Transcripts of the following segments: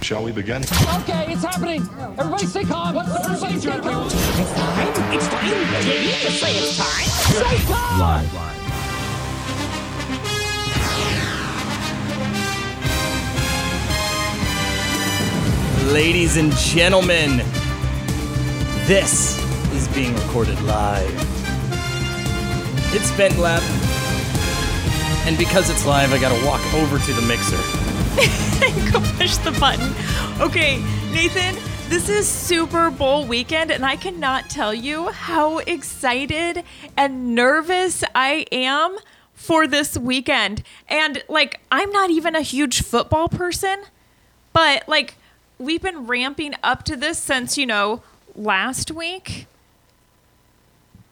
Shall we begin? Okay, it's happening. Everybody stay calm. What's the procedure? It's time. It's time. Did you just say it's time? Stay calm. Live. Ladies and gentlemen, this is being recorded live. It's Vent Lab, and because it's live, I gotta walk over to the mixer. Go push the button. Okay, Nathan, this is Super Bowl weekend, and I cannot tell you how excited and nervous I am for this weekend. And, like, I'm not even a huge football person, but, like, we've been ramping up to this since, you know, last week.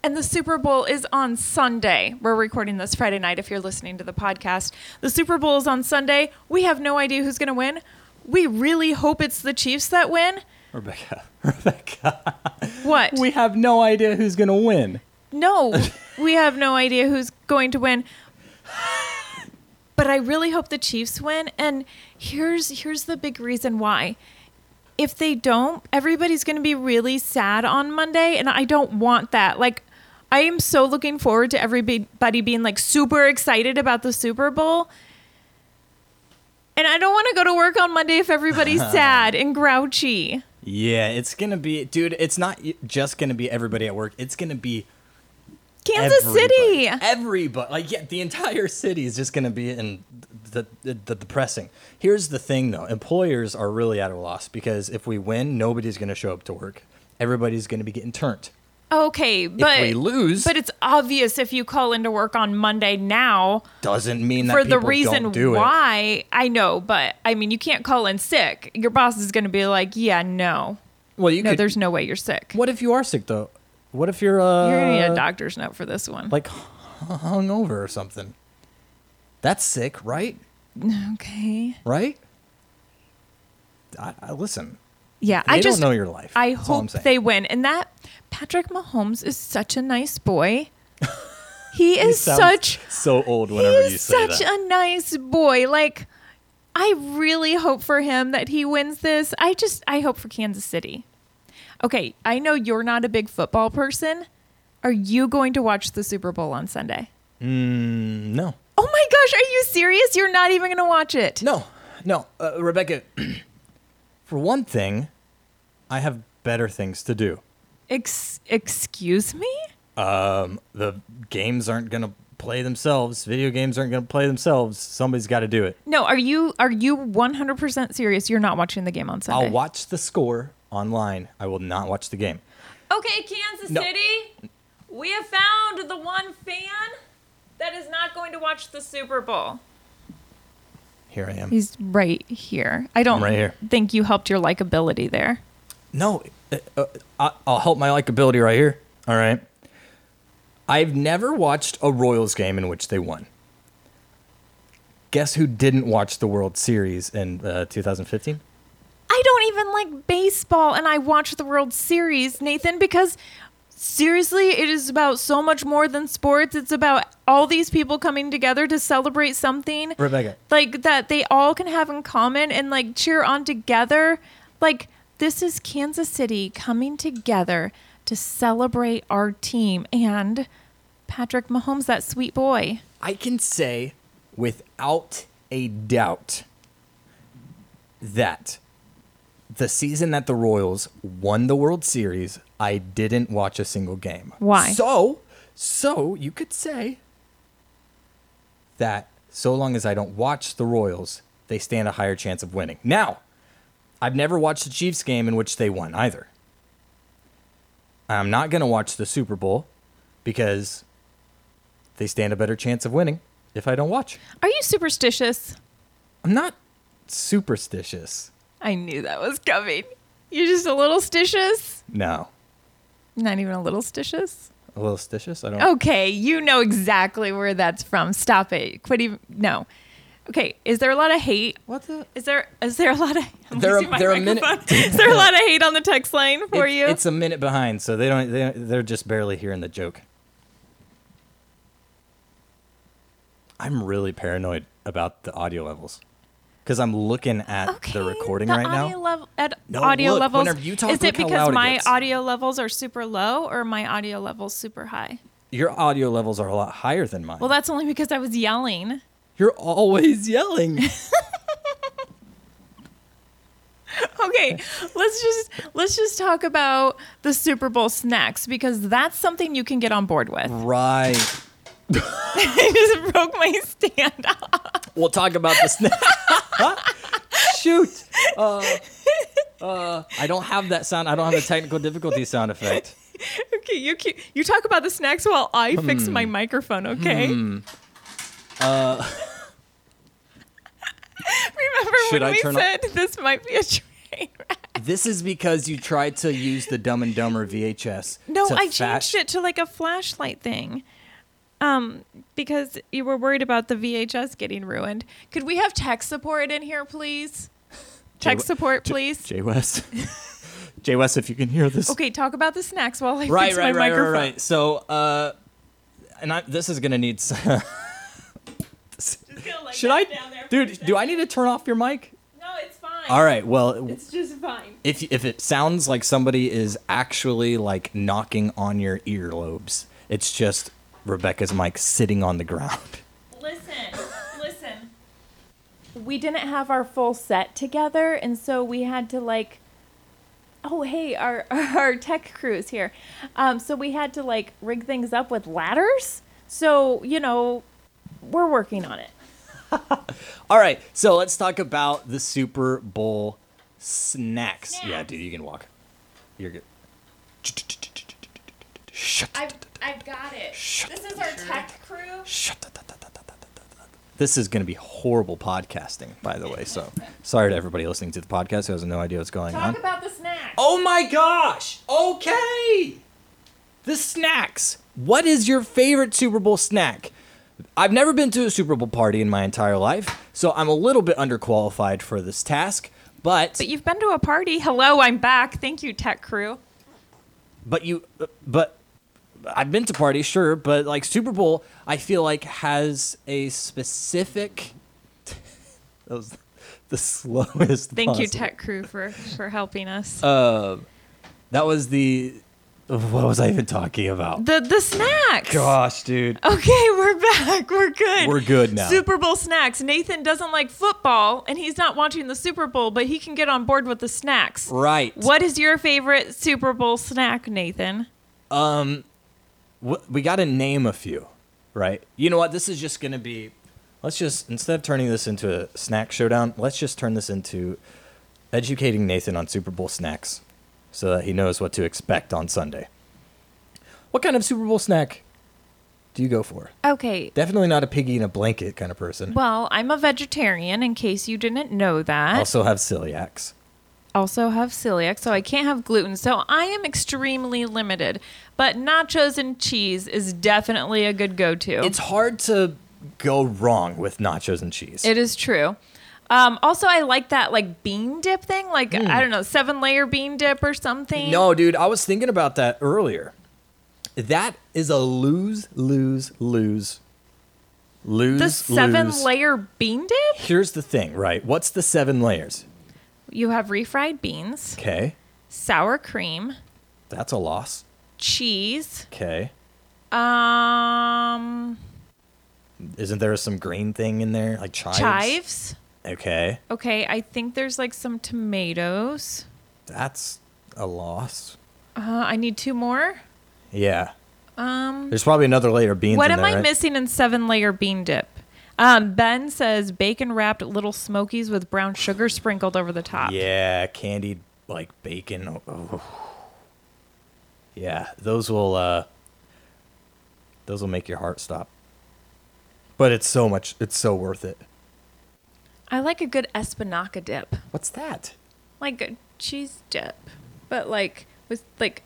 And the Super Bowl is on Sunday. We're recording this Friday night if you're listening to the podcast. The Super Bowl is on Sunday. We have no idea who's going to win. We really hope it's the Chiefs that win. Rebecca, Rebecca, What? we have no idea who's gonna win. no, we have no idea who's going to win. But I really hope the Chiefs win and here's here's the big reason why. If they don't, everybody's going to be really sad on Monday and I don't want that. Like I am so looking forward to everybody being like super excited about the Super Bowl. And I don't want to go to work on Monday if everybody's sad and grouchy. Yeah, it's gonna be, dude. It's not just gonna be everybody at work. It's gonna be Kansas City. Everybody, like yeah, the entire city is just going to be in the, the, the depressing. Here's the thing, though: employers are really at a loss because if we win, nobody's going to show up to work. Everybody's going to be getting turned. Okay, but we lose- but it's obvious if you call into work on Monday now Doesn't mean that for the people reason don't do it. why. I know, but I mean, you can't call in sick. Your boss is going to be like, "Yeah, no, Well, you no, could. there's no way you're sick. what if you are sick though? What if you're uh you're going to need a doctor's note for this one." like hungover or something? That's sick, right? okay, Right? I, I listen. yeah, They I just don't know your life. I That's all I'm hope saying. they win. And that Patrick Mahomes is such a nice boy. He You is sound such so old He whenever you is say that. such a nice boy. Like, I really hope for him that he wins this. I just, I hope for Kansas City. Okay, I know you're not a big football person. Are you going to watch the Super Bowl on Sunday? no. Oh my gosh, are you serious? You're not even going to watch it. No, no, uh, Rebecca. for one thing, I have better things to do. Ex- excuse me? The games aren't gonna play themselves. Video games aren't gonna play themselves. Somebody's got to do it. No, are you are you 100% serious? You're not watching the game on Sunday. I'll watch the score online. I will not watch the game. Okay, Kansas No. City, we have found the one fan that is not going to watch the Super Bowl. Here I am. He's right here. I don't I'm right here. think you helped your likability there. No, uh, uh, I- I'll help my likability right here. All right. I've never watched a Royals game in which they won. Guess who didn't watch the World Series in uh, 2015? I don't even like baseball, and I watch the World Series, Nathan, because seriously, it is about so much more than sports. It's about all these people coming together to celebrate something. Rebecca. Like that they all can have in common and like cheer on together. Like this is Kansas City coming together to celebrate our team and Patrick Mahomes, that sweet boy. I can say without a doubt that the season that the Royals won the World Series, I didn't watch a single game. Why? So, so you could say that so long as I don't watch the Royals, they stand a higher chance of winning. Now, I've never watched a Chiefs game in which they won either. I'm not going to watch the Super Bowl because they stand a better chance of winning if I don't watch. Are you superstitious? I'm not superstitious. I knew that was coming. You're just a little stitious. No. Not even a little stitious. A little stitious? I don't Okay, you know exactly where that's from. Stop it. Quit even. No. Okay, is there a lot of hate? What the? Is there is there a lot of? I'm There are- losing my there are mini- microphone. is there a lot of hate on the text line for It's- you? It's a minute behind, so they don't they, they're just barely hearing the joke. I'm really paranoid about the audio levels because I'm looking at the recording right audio now. Level, at No, audio look, levels. whenever you talk, is it look how because loud it my gets. audio levels are super low or my audio levels super high? Your audio levels are a lot higher than mine. Well, that's only because I was yelling. You're always yelling. Okay, let's just let's just talk about the Super Bowl snacks because that's something you can get on board with. Oh. right. I just broke my stand up. We'll talk about the snacks. Shoot. Uh, uh, I don't have that sound. I don't have the technical difficulty sound effect. Okay, you keep, you talk about the snacks while I fix Hmm. my microphone. Okay. Uh, Remember Should when I we turn on- said this might be a train wreck? This is because you tried to use the Dumb and Dumber VHS. No, to I changed fash- it to like a flashlight thing. Um, because you were worried about the VHS getting ruined. Could we have tech support in here, please? Tech support, please. J West. J West, if you can hear this. okay, talk about the snacks while I Right, fix right, my right, right, microphone. right. So, uh, and I, this is gonna need. s- Should I, dude? Do I need to turn off your mic? No, it's fine. All right. Well, It's just fine. if if it sounds like somebody is actually like knocking on your earlobes, it's just Rebecca's mic sitting on the ground. Listen, listen. We didn't have our full set together, and so we had to like. Oh hey, our our tech crew is here, um, so we had to like rig things up with ladders. So you know, we're working on it. All right. So let's talk about the Super Bowl snacks. Yeah, dude, you can walk. You're good. Shut. I've I've got it. This is our tech crew. This is going to be horrible podcasting, by the way. So sorry to everybody listening to the podcast who has no idea what's going on. about the snacks. Oh my gosh! Okay! The snacks. What is your favorite Super Bowl snack? I've never been to a Super Bowl party in my entire life, so I'm a little bit underqualified for this task, but But you've been to a party. Hello, I'm back. Thank you, tech crew. but you but I've been to parties, sure, but like Super Bowl, I feel like has a specific that was the slowest Thank you, possible. tech crew, for for helping us. That was the what was I even talking about? the the snacks. Gosh, dude. Okay, we're back. We're good. We're good now. Super Bowl snacks. Nathan doesn't like football and he's not watching the Super Bowl, but he can get on board with the snacks. Right. What is your favorite Super Bowl snack, Nathan? Wh- we got to name a few, right? You know what? This is just going to be. Let's just instead of turning this into a snack showdown, let's just turn this into educating Nathan on Super Bowl snacks, so that he knows what to expect on Sunday. What kind of Super Bowl snack do you go for? Okay. Definitely not a piggy in a blanket kind of person. Well, I'm a vegetarian in case you didn't know that. also have celiacs. also have celiac, so I can't have gluten. So I am extremely limited. But nachos and cheese is definitely a good go-to. It's hard to go wrong with nachos and cheese. It is true. Um, also, I like that like bean dip thing, like I don't know, seven layer bean dip or something. Hmm. No, dude, I was thinking about that earlier. That is a lose, lose, lose, lose. the seven lose. layer bean dip. Here's the thing, right? What's the seven layers? You have refried beans, Okay, sour cream, that's a loss. cheese. Okay, Um, isn't there some green thing in there, like chives? chives. Okay, Okay, I think there's like some tomatoes. that's a loss. Uh, I need two more. Yeah. Um. There's probably another layer of beans. What in am there, I right? missing in seven layer bean dip? Um, ben says bacon wrapped little smokies with brown sugar sprinkled over the top. Yeah, candied like bacon. Oh, oh. Yeah, those will uh those will make your heart stop. But it's so much it's so worth it. I like a good espinaca dip, What's that? like a cheese dip, but like with like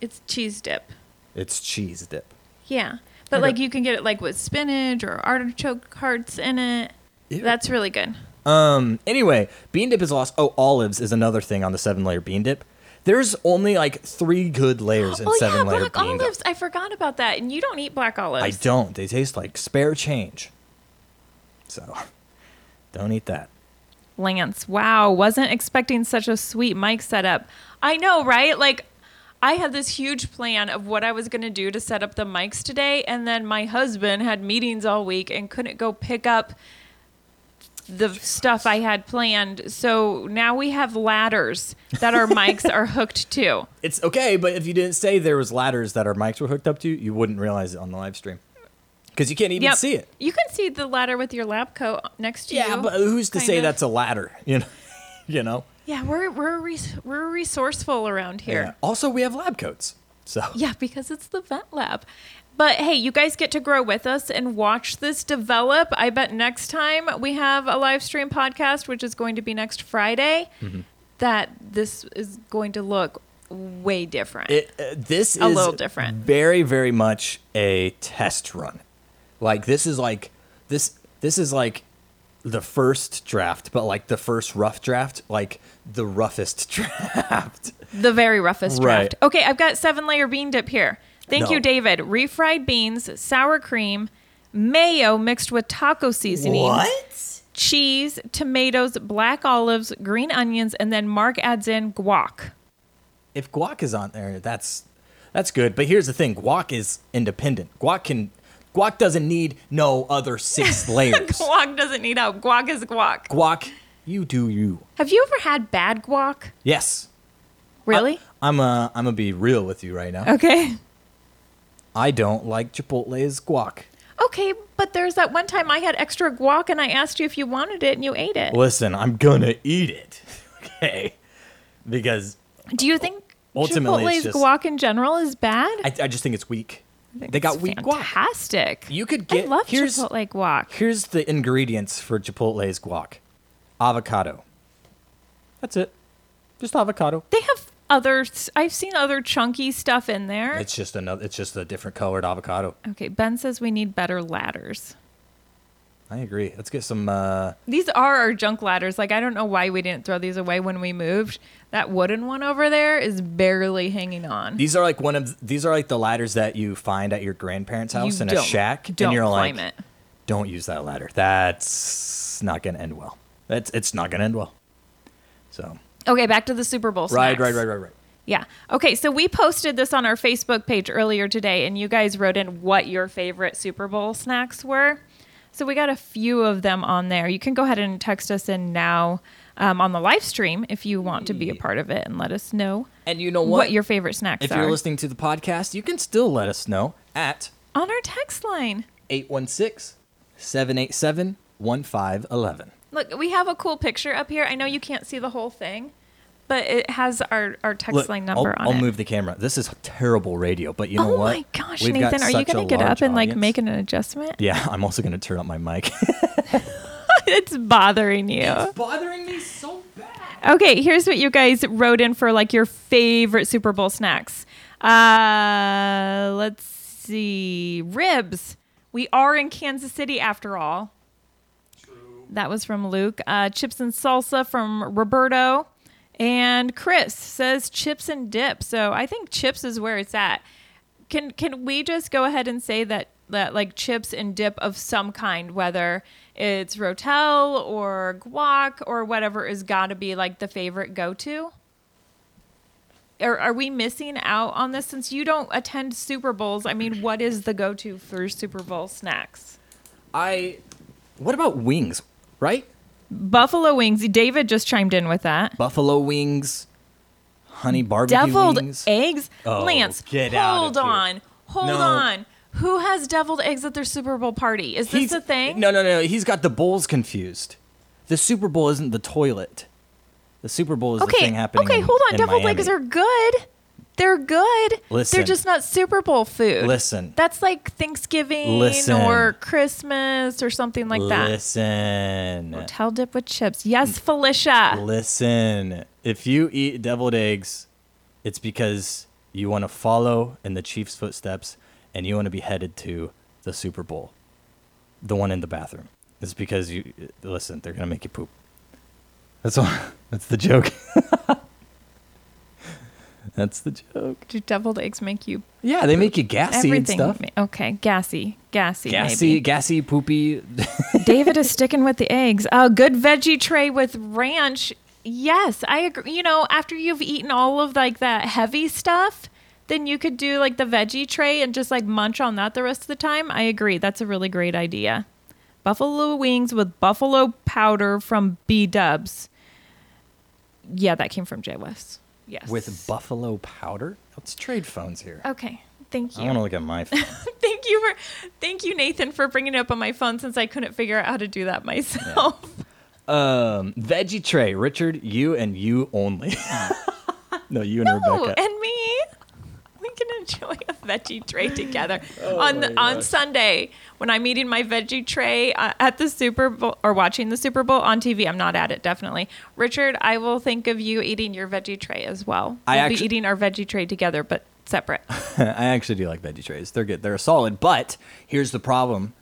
it's cheese dip. It's cheese dip. Yeah, but Okay. like you can get it like with spinach or artichoke hearts in it. Ew. That's really good. Um anyway, bean dip is lost. Oh, olives is another thing on the seven layer bean dip. There's only like three good layers in oh seven yeah, layer black bean olives. dip. I forgot about that. And you don't eat black I olives. don't. They taste like spare change. So Don't eat that. Lance, wow, wasn't expecting such a sweet mic setup. I know, right? Like, I had this huge plan of what I was going to do to set up the mics today, and then my husband had meetings all week and couldn't go pick up the stuff I had planned. So now we have ladders that our mics are hooked to. It's okay, but if you didn't say there was ladders that our mics were hooked up to, you wouldn't realize it on the live stream because you can't even Yep. see it. You can see the ladder with your lab coat next to you. Yeah, but who's to kind say of. that's a ladder? You know, you know. Yeah, we're we're res- we're resourceful around Yeah. here. Also, we have lab coats, so Yeah. because it's the vet lab. But hey, you guys get to grow with us and watch this develop. I bet next time we have a live stream podcast, which is going to be next Friday, Mm-hmm. that this is going to look way different. it, uh, this A is little different. Very, very much a test run. Like this is like this. This is like the first draft, but like the first rough draft, like the roughest draft. The very roughest Right. draft. Okay, I've got seven layer bean dip here. Thank No. you, David. Refried beans, sour cream, mayo mixed with taco seasoning, cheese, tomatoes, black olives, green onions, and then Mark adds in guac. If guac is on there, that's that's good. But here's the thing: guac is independent. Guac can guac doesn't need no other six layers. Guac doesn't need help. Guac is guac. guac, you do you. Have you ever had bad guac? Yes. Really? I'm uh I'm gonna be real with you right now. okay. I don't like Chipotle's guac. Okay, but there's that one time I had extra guac and I asked you if you wanted it and you ate it. Listen, I'm gonna eat it. Okay. Because Do you think Ultimately, Chipotle's it's just- guac in general is bad? I, I just think it's weak. think They got it's weak guac. fantastic. You could I get- love here's- Chipotle guac. Here's the ingredients for Chipotle's guac. Avocado. That's it. Just avocado. They have other. I've seen other chunky stuff in there. It's just another it's just a different colored avocado. okay, Ben says we need better ladders. I agree. Let's get some uh These are our junk ladders. Like I don't know why we didn't throw these away when we moved. That wooden one over there is barely hanging on. these are like one of these are like the ladders that you find at your grandparents' house in a don't- shack Don't and you're climb like it. don't use that ladder. That's not going to end well. That's it's not going to end well. So Okay, back to the Super Bowl. right, snacks. right, right, right, right. Yeah. Okay, so we posted this on our Facebook page earlier today, and you guys wrote in what your favorite Super Bowl snacks were. So we got a few of them on there. You can go ahead and text us in now um, on the live stream if you want to be a part of it and let us know And you know what, what? your favorite snacks if are you're listening to the podcast, you can still let us know at on our text line. 816-787-1511. Look, we have a cool picture up here. I know you can't see the whole thing, but it has our, our text Look, line I'll- number I'll, on it. move the camera. This is terrible radio, but you know oh what? my gosh, We've got Nathan, are you such a going to get large up and like audience. make an adjustment? Yeah, I'm also going to turn up my mic. it's bothering you. bothering me so bad. Okay, here's what you guys wrote in for like your favorite Super Bowl snacks. Uh, let's see. Ribs. We are in Kansas City after all. That was from Luke. Uh, chips and salsa from Roberto. And Chris says chips and dip. So I think chips is where it's at. Can can we just go ahead and say that that like chips and dip of some kind, whether it's rotel or guac or whatever is gotta be like the favorite go to? Are, are we missing out on this since you don't attend Super Bowls? I mean, what is the go to for Super Bowl snacks? I What about wings, right? Buffalo wings. David just chimed in with that. Buffalo wings, honey barbecue Deviled wings. eggs. Oh, Lance, get out hold of here. on. Hold No. on. Who has deviled eggs at their Super Bowl party? Is this He's- the thing? No, no, no. He's got the bowls confused. The Super Bowl isn't the toilet. The Super Bowl is the Okay. thing happening. okay, in- hold on. in Deviled Miami. eggs are good. They're good. They're Listen. just not Super Bowl food. Listen. That's like Thanksgiving Listen. or Christmas or something like that. Listen, Tell dip with chips. Yes, Felicia. listen. If you eat deviled eggs, it's because you want to follow in the Chiefs' footsteps, and you want to be headed to the Super Bowl, the one in the bathroom. It's because you listen. They're gonna make you poop. That's all. That's the joke. That's the joke. Do deviled eggs make you Yeah, they make you gassy everything? and stuff. ma- okay, gassy, gassy, Gassy, maybe. gassy, poopy. David is sticking with the eggs. A good veggie tray with ranch. Yes, I agree. You know, after you've eaten all of like that heavy stuff, then you could do like the veggie tray and just like munch on that the rest of the time. I agree. That's a really great idea. Buffalo wings with buffalo powder from B Dubs. Yeah, that came from Jay West. Yes. With buffalo powder? Let's trade phones here. Okay. Thank I you. want to look at my phone. Thank you for thank you Nathan for bringing it up on my phone since I couldn't figure out how to do that myself. um, veggie tray, Richard, you and you only. no, you and Oh, Rebecca. and me. We can enjoy a veggie tray together Oh on the, on Sunday when I'm eating my veggie tray uh, at the Super Bowl or watching the Super Bowl on TV. I'm not at it, definitely. Richard, I will think of you eating your veggie tray as well. I we'll actu- Oh, be eating our veggie tray together, but separate. I actually do like veggie trays. They're good. They're solid. But here's the problem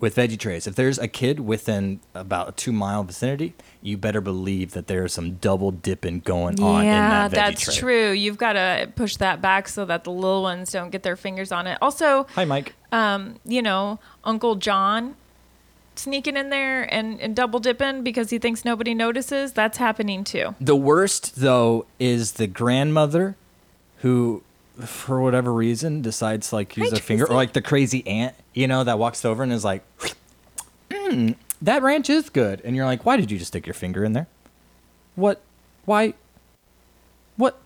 with veggie trays. If there's a kid within about a two mile vicinity, you better believe that there is some double dipping going on in yeah, that veggie that's tray. true. You've got to push that back so that the little ones don't get their fingers on it. Also, Hi, Mike. um, you know, Uncle John sneaking in there and, and double dipping because he thinks nobody notices. That's happening too. The worst, though, is the grandmother who, for whatever reason, decides to like use Hi, their finger, or Tracy. like the crazy aunt, you know, that walks over and is like, mm, "That ranch is good," and you're like, "Why did you just stick your finger in there? What? Why? What?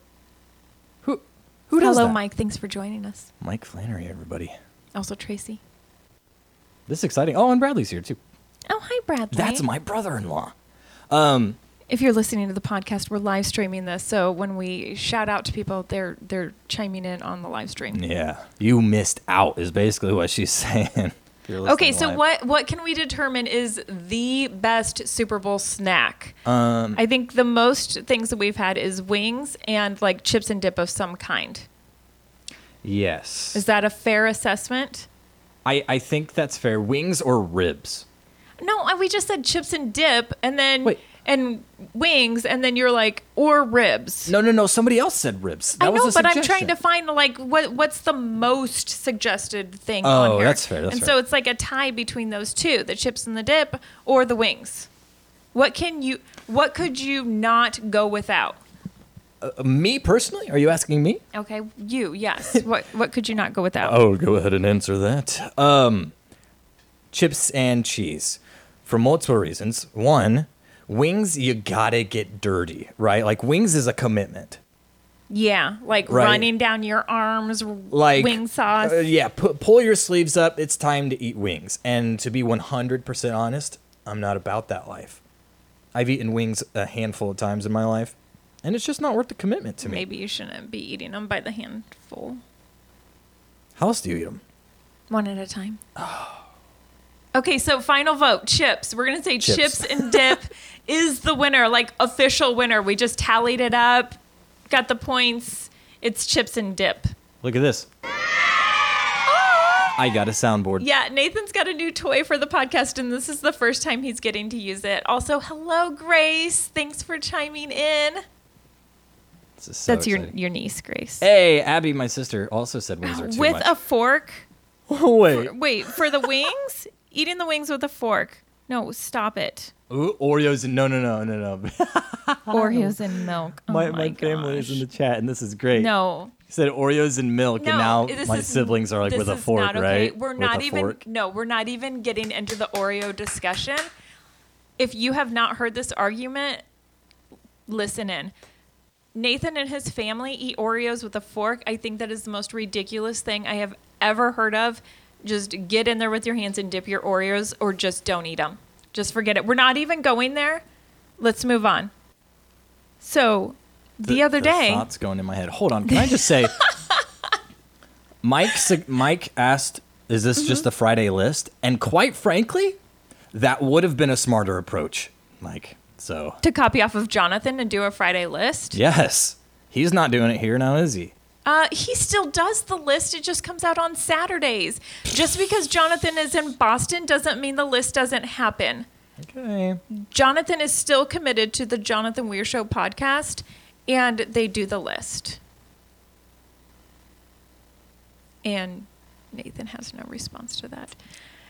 Who? Who does Hello, that?" Mike. Thanks for joining us. Mike Flannery, everybody. Also, Tracy. This is exciting. Oh, and Bradley's here too. Oh, hi, Bradley. That's my brother-in-law. If you're listening to the podcast, we're live streaming this, so when we shout out to people, they're they're chiming in on the live stream. Yeah, you missed out is basically what she's saying. If you're Okay, listening so live. what what can we determine is the best Super Bowl snack? Um, I think the most things that we've had is wings and like chips and dip of some kind. Yes. Is that a fair assessment? I, I think that's fair. Wings or ribs? No, I- we just said chips and dip, and then Wait. and wings, and then you're like or ribs. No, no, no. Somebody else said ribs. That I was know, a but I'm suggestion. trying to find like what what's the most suggested thing. Oh, on here. that's fair, that's and fair. so it's like a tie between those two: the chips and the dip, or the wings. What can you? What could you not go without? Me personally? Are you asking me? Okay, you yes. what what could you not go without? Oh, go ahead and answer that. Um, chips and cheese, for multiple reasons. One, wings you gotta get dirty, right? Like wings is a commitment. Yeah, like Right. running down your arms, Like wing sauce. uh, yeah, pu- pull your sleeves up. It's time to eat wings. And to be 100% honest, I'm not about that life. I've eaten wings a handful of times in my life, and it's just not worth the commitment to me. Maybe you shouldn't be eating them by the handful, How else do you eat them? one at a time. Oh. Okay, so final vote chips. We're going to say Chips. chips. and dip is the winner, like official winner. We just tallied it up, got the points. It's chips and dip. Look at this. I got a soundboard. Ah! Yeah, Nathan's got a new toy for the podcast, and this is the first time he's getting to use it. Also, hello, Grace. Thanks for chiming in. This is so That's your, exciting. your niece, Grace. Hey, Abby, my sister, also said wings are too With much. a fork. oh, wait. Wait, for the wings? Eating the wings with a fork. No, stop it. Ooh, Oreos and no, no, no, no, no. Oreos and milk. Oh my my, my family is gosh. in the chat, and this is great. No. He said Oreos and milk, No, and now this my is- siblings are like this with a is fork, not okay. right? We're With not a even fork. no, we're not even getting into the Oreo discussion. If you have not heard this argument, listen in. Nathan and his family eat Oreos with a fork. I think that is the most ridiculous thing I have ever heard of. Just get in there with your hands and dip your Oreos or just don't eat them. Just forget it. We're not even going there. Let's move on. So, the, other day, thoughts going in my head. Hold on, can I just say, Mike? sug- Mike asked, "Is this Mm-hmm. just a Friday list?" And quite frankly, that would have been a smarter approach, Mike. So to copy off of Jonathan and do a Friday list. yes, he's not doing it here now, is he? Uh, he still does the list. It just comes out on Saturdays. Just because Jonathan is in Boston doesn't mean the list doesn't happen. Okay. Jonathan is still committed to the Jonathan Weir Show podcast, and they do the list. And Nathan has no response to that.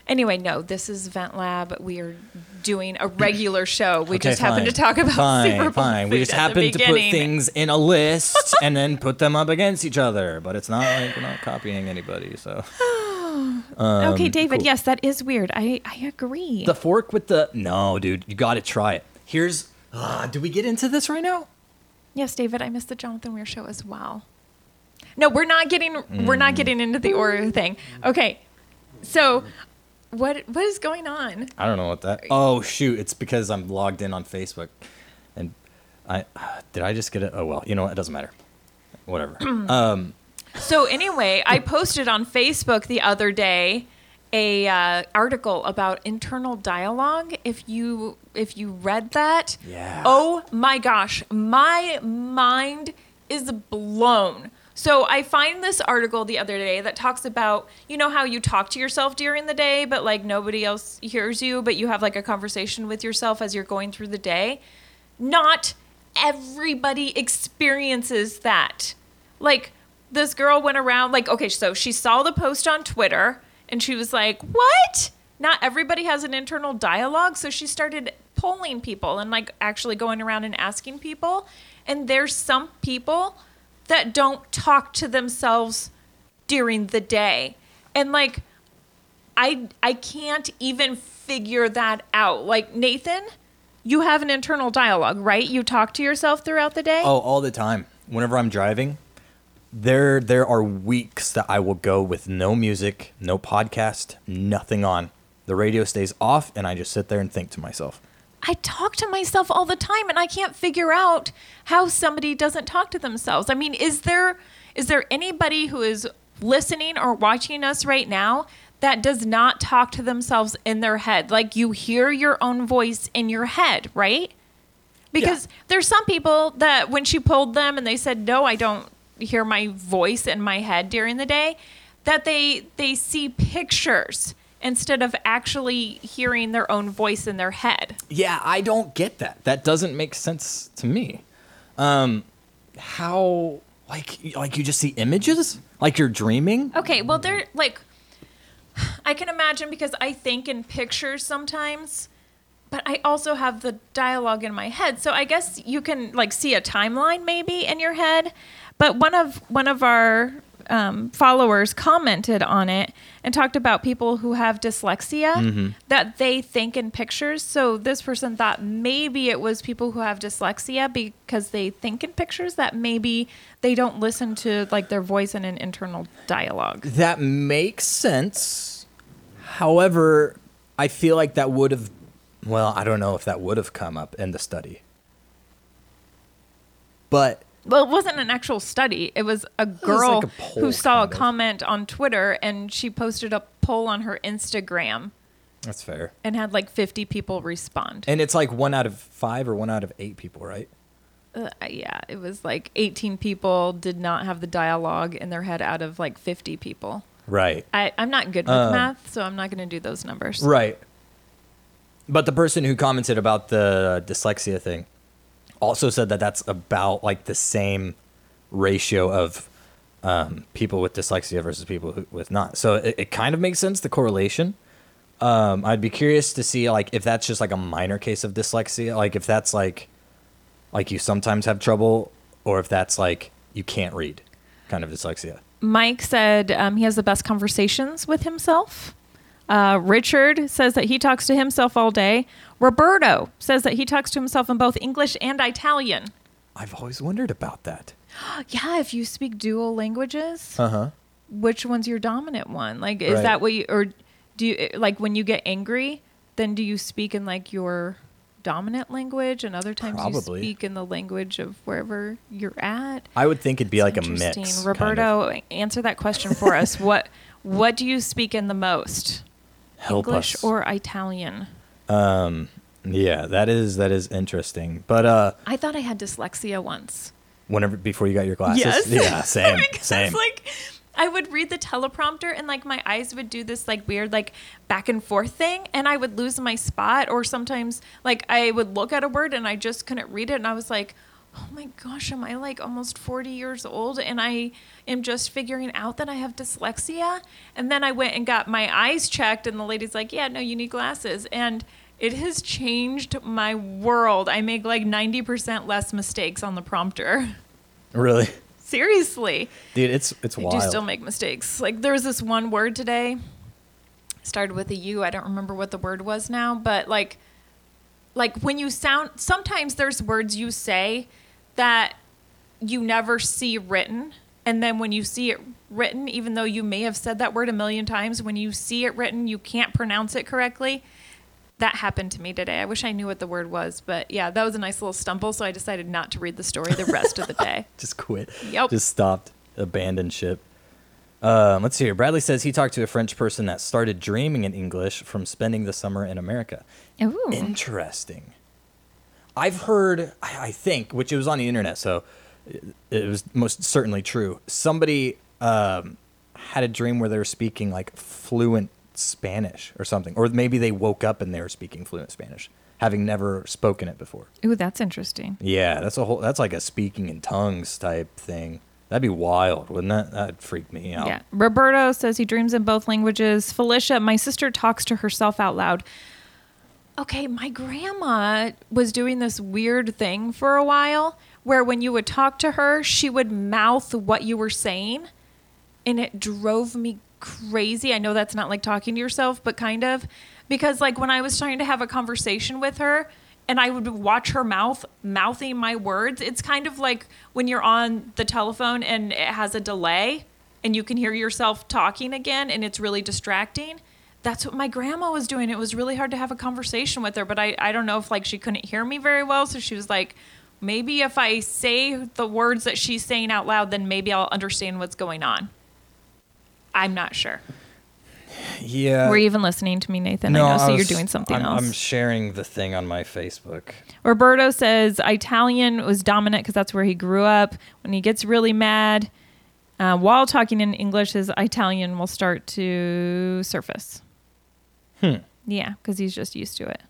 Anyway, no, this is Vent Lab. We are doing a regular show. We just Okay, happened to talk about fine, Super Bowl fine. we food just at the happened to put beginning. things in a list and then put them up against each other. But it's not like we're not copying anybody. So okay, David. um, cool. Yes, that is weird. I I agree. the fork with the no, dude, you got to try it. Here's uh, do we get into this right now? yes, David. I missed the Jonathan Weir show as well. No, we're not getting we're not getting into the Oreo thing. Okay, so what what is going on? I don't know what that. Oh shoot! It's because I'm logged in on Facebook, and I did I just get it? Oh well, you know what? It doesn't matter. Whatever. So anyway, I posted on Facebook the other day a uh, article about internal dialogue. If you if you read that, Yeah. Oh my gosh, my mind is blown. So I find this article the other day that talks about you know how you talk to yourself during the day, but like nobody else hears you, but you have like a conversation with yourself as you're going through the day not everybody experiences that. Like this girl went around like okay, so she saw the post on Twitter and she was like, "What? Not everybody has an internal dialogue." So she started polling people and like actually going around and asking people, and there's some people that don't talk to themselves during the day. And like I I can't even figure that out. Like Nathan, you have an internal dialogue, right? You talk to yourself throughout the day. Oh, all the time. Whenever I'm driving, there there are weeks that I will go with no music, no podcast, nothing on. The radio stays off, and I just sit there and think to myself. I talk to myself all the time and I can't figure out how somebody doesn't talk to themselves. I mean, is there is there anybody who is listening or watching us right now that does not talk to themselves in their head? Like you hear your own voice in your head, right? Because there's some people that when she pulled them and they said, "No, I don't hear my voice in my head during the day," that they they see pictures instead of actually hearing their own voice in their head. Yeah, I don't get that. That doesn't make sense to me. Um, how like like you just see images, like you're dreaming. Okay, well, they're like, I can imagine because I think in pictures sometimes, but I also have the dialogue in my head. So I guess you can like see a timeline maybe in your head. But one of one of our um, followers commented on it and talked about people who have dyslexia that they think in pictures. So this person thought maybe it was people who have dyslexia because they think in pictures that maybe they don't listen to like their voice in an internal dialogue. That makes sense. However, I feel like that would have, well, I don't know if that would have come up in the study. But well, it wasn't an actual study. It was a girl like a poll, who saw a kind of. comment on Twitter and she posted a poll on her Instagram that's fair. and had like 50 people respond. And it's like one out of five or one out of eight people, right? Uh, yeah, it was like 18 people did not have the dialogue in their head out of like 50 people. Right. I, I'm not good with Um, math, so I'm not going to do those numbers. Right. But the person who commented about the dyslexia thing also said that that's about like the same ratio of um, people with dyslexia versus people who, with not. So it, it kind of makes sense the correlation. Um, I'd be curious to see like if that's just like a minor case of dyslexia, like if that's like like you sometimes have trouble, or if that's like you can't read, kind of dyslexia. Mike said um, he has the best conversations with himself. Uh, Richard says that he talks to himself all day. Roberto says that he talks to himself in both English and Italian. I've always wondered about that. Yeah, if you speak dual languages, which one's your dominant one? Like, is Uh-huh. Right. that what you, or do you, eh, like, when you get angry, then do you speak in like your dominant language? And other times Probably. you speak in the language of wherever you're at? I would think it'd be like a mix. Interesting. kind of. Roberto, answer that question for us. What what do you speak in the most? help English us. or Italian? Yeah, that is that is interesting. But uh I thought I had dyslexia once. whenever before you got your glasses, Yes. Oh yeah, same, because same. like I would read the teleprompter and like my eyes would do this like weird like back and forth thing and I would lose my spot or sometimes like I would look at a word and I just couldn't read it and I was like oh my gosh, am I like almost 40 years old and I am just figuring out that I have dyslexia? And then I went and got my eyes checked, and the lady's like, yeah, no, you need glasses. And it has changed my world. I make like 90% less mistakes on the prompter. Really, Seriously. dude, it's it's I wild. do still make mistakes. Like there was this one word today, started with a U. I don't remember what the word was now, but like, like when you sound, sometimes there's words you say that you never see written, and then when you see it written, even though you may have said that word a million times, when you see it written, you can't pronounce it correctly. That happened to me today. I wish I knew what the word was, but yeah, that was a nice little stumble. So I decided not to read the story the rest of the day. just quit. Yep. Just stopped. Abandoned ship. Um, let's see here. Bradley says he talked to a French person that started dreaming in English from spending the summer in America. Ooh. Interesting. I've heard, I I think, which it was on the internet, so it it was most certainly true. Somebody um, had a dream where they were speaking like fluent Spanish or something, or maybe they woke up and they were speaking fluent Spanish, having never spoken it before. Ooh, that's interesting. Yeah, that's a whole. That's like a speaking in tongues type thing. That'd be wild, wouldn't it? That'd freak me out. Yeah. Roberto says he dreams in both languages. Felicia, my sister talks to herself out loud. Okay, my grandma was doing this weird thing for a while where when you would talk to her, she would mouth what you were saying, and it drove me crazy. I know that's not like talking to yourself, but kind of because like when I was trying to have a conversation with her, and I would watch her mouth mouthing my words. It's kind of like when you're on the telephone and it has a delay and you can hear yourself talking again and it's really distracting. That's what my grandma was doing. It was really hard to have a conversation with her, but I, I don't know if like she couldn't hear me very well. So she was like, maybe if I say the words that she's saying out loud, then maybe I'll understand what's going on. I'm not sure. Yeah. Were you even listening to me, Nathan? I know, so Uh, I was- you're doing something I'm- else. I'm sharing the thing on my Facebook. Roberto says Italian was dominant because that's where he grew up. When he gets really mad, uh, while talking in English, his Italian will start to surface. Hmm. Yeah, because he's just used to it.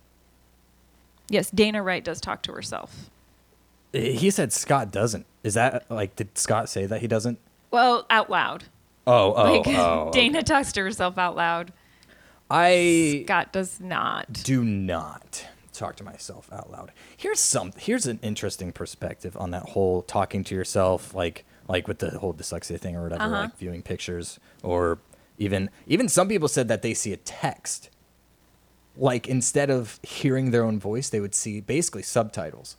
Yes, Dana Wright does talk to herself. He said Scott doesn't. Is that like? Did Scott say that he doesn't? Well, out loud. Oh, oh, Like oh. Dana talks to herself out loud. I Scott does not. do not talk to myself out loud. Here's some. Here's an interesting perspective on that whole talking to yourself, like like with the whole dyslexia thing or whatever, like viewing pictures or even even some people said that they see a text. Like instead of hearing their own voice, they would see basically subtitles.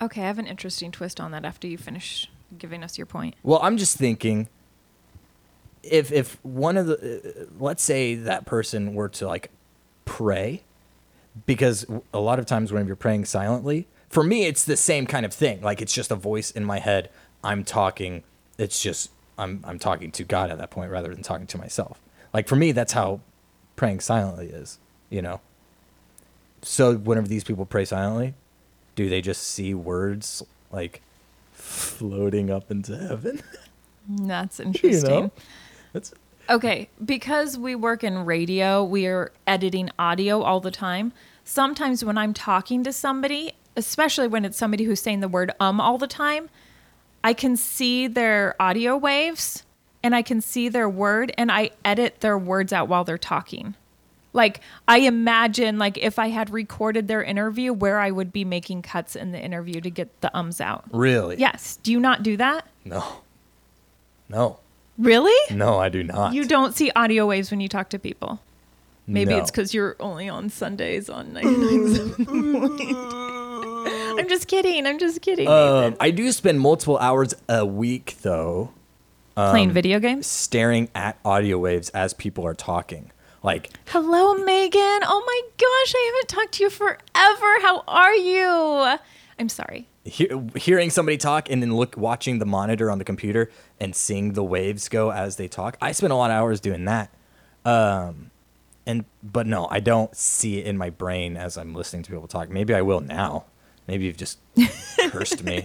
Okay, I have an interesting twist on that after you finish giving us your point. Well, I'm just thinking if if one of the uh, let's say that person were to like pray because w- a lot of times when you're praying silently, for me it's the same kind of thing. Like it's just a voice in my head. I'm talking. It's just I'm I'm talking to God at that point rather than talking to myself. Like for me that's how praying silently is, you know. So whenever these people pray silently, do they just see words like floating up into heaven? That's you interesting. know? That's Okay, because we work in radio, we are editing audio all the time. Sometimes when I'm talking to somebody, especially when it's somebody who's saying the word um all the time, I can see their audio waves and I can see their word and I edit their words out while they're talking. Like I imagine like if I had recorded their interview where I would be making cuts in the interview to get the ums out. really? Yes, do you not do that? No. No. Really? No, I do not. You don't see audio waves when you talk to people. Maybe No. it's because you're only on Sundays on 99. I'm just kidding. I'm just kidding. Um, I do spend multiple hours a week though Playing video games. staring at audio waves as people are talking. Like Hello, Megan. Oh my gosh, I haven't talked to you forever. How are you? I'm sorry. he- hearing somebody talk and then look watching the monitor on the computer and seeing the waves go as they talk. I spend a lot of hours doing that. Um, and but no, I don't see it in my brain as I'm listening to people talk. Maybe I will now. Maybe you've just cursed me.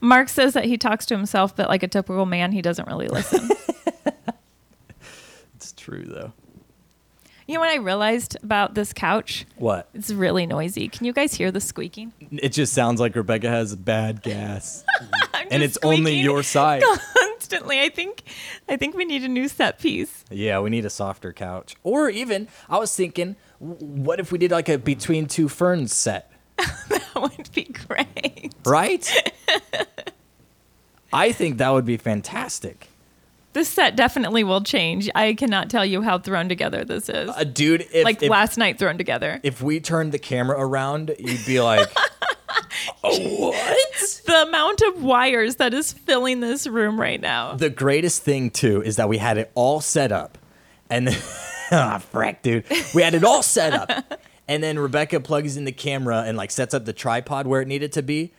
Mark says that he talks to himself, but like a typical man, he doesn't really listen. It's true though. You know what I realized about this couch? What? It's really noisy. Can you guys hear the squeaking? It just sounds like Rebecca has bad gas. I'm and it's just only squeaking your side. constantly. I think I think we need a new set piece. yeah, we need a softer couch. Or even, I was thinking, w- what if we did like a between two ferns set, That would be great. right? I think that would be fantastic. This set definitely will change. I cannot tell you how thrown together this is. Uh, dude, if, like if, last night thrown together. if we turned the camera around, you'd be like, what? the amount of wires that is filling this room right now. The greatest thing too is that we had it all set up, and then, ah, frick, dude, we had it all set up, and then Rebecca plugs in the camera and like sets up the tripod where it needed to be,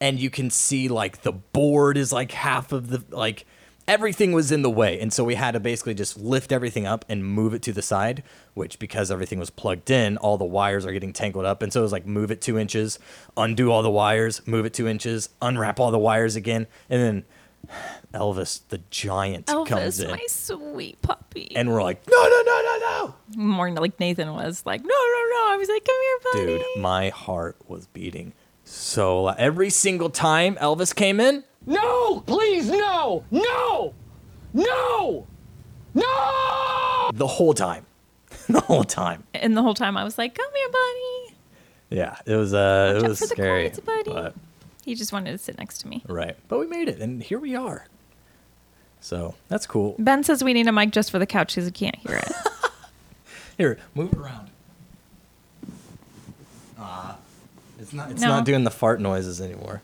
and you can see like the board is like half of the like everything was in the way, and so we had to basically just lift everything up and move it to the side, which because everything was plugged in, all the wires are getting tangled up, and so it was like move it two inches, undo all the wires, move it two inches, unwrap all the wires again, and then. Elvis the giant comes Elvis, in. my sweet puppy. And we're like, no, no, no, no, more like Nathan was like, no, no, no. I was like, come no. here, buddy. Dude, my heart was beating so loud. Every single time Elvis came in, No! Please, no! No! No! No! the whole time. the whole time. And the whole time I was like, come here, buddy. Yeah, it was uh it out was for the scary. cards, buddy. But, He just wanted to sit next to me. right. But we made it and here we are. So, that's cool. Ben says we need a mic just for the couch because we can't hear it. Here, move it around. Ah. it's not it's No. not doing the fart noises anymore.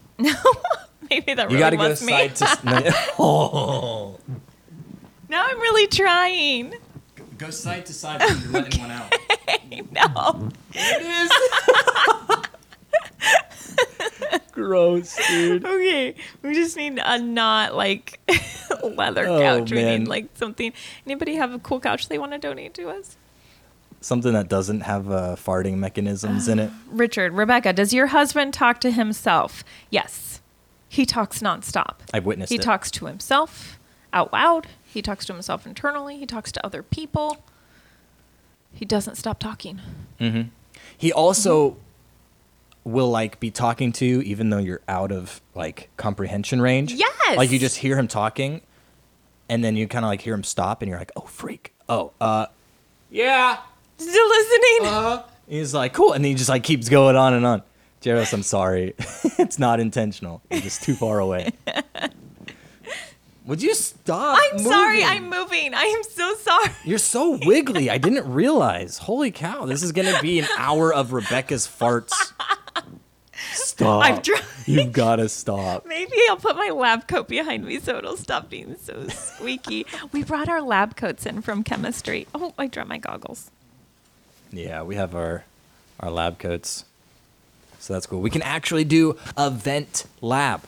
Maybe that You really got to go wants me. side to s- no, oh. Now I'm really trying. Go side to side when you're letting one out. No. It is. Gross, dude. Okay. We just need a not like leather Oh, couch. We man. need like something. Anybody have a cool couch they want to donate to us? Something that doesn't have uh, farting mechanisms in it. Richard, Rebecca, does your husband talk to himself? Yes. He talks nonstop. I've witnessed He it. talks to himself out loud. He talks to himself internally. He talks to other people. He doesn't stop talking. He also will like be talking to you even though you're out of like comprehension range. Yes! Like you just hear him talking, and then you kind of like hear him stop, and you're like, "Oh freak! Oh, uh, yeah." Still listening. Uh, He's like, "Cool," and then he just like keeps going on and on. Jairus, I'm sorry, it's not intentional. You're just too far away. Would you stop? I'm sorry. moving? I'm moving. I am so sorry. You're so wiggly. I didn't realize. Holy cow! This is gonna be an hour of Rebecca's farts. Stop. I'm trying. You've got to stop. Maybe I'll put my lab coat behind me so it'll stop being so squeaky. we brought our lab coats in from chemistry. Oh, I dropped my goggles. Yeah, we have our our lab coats, so that's cool. We can actually do a vent lab,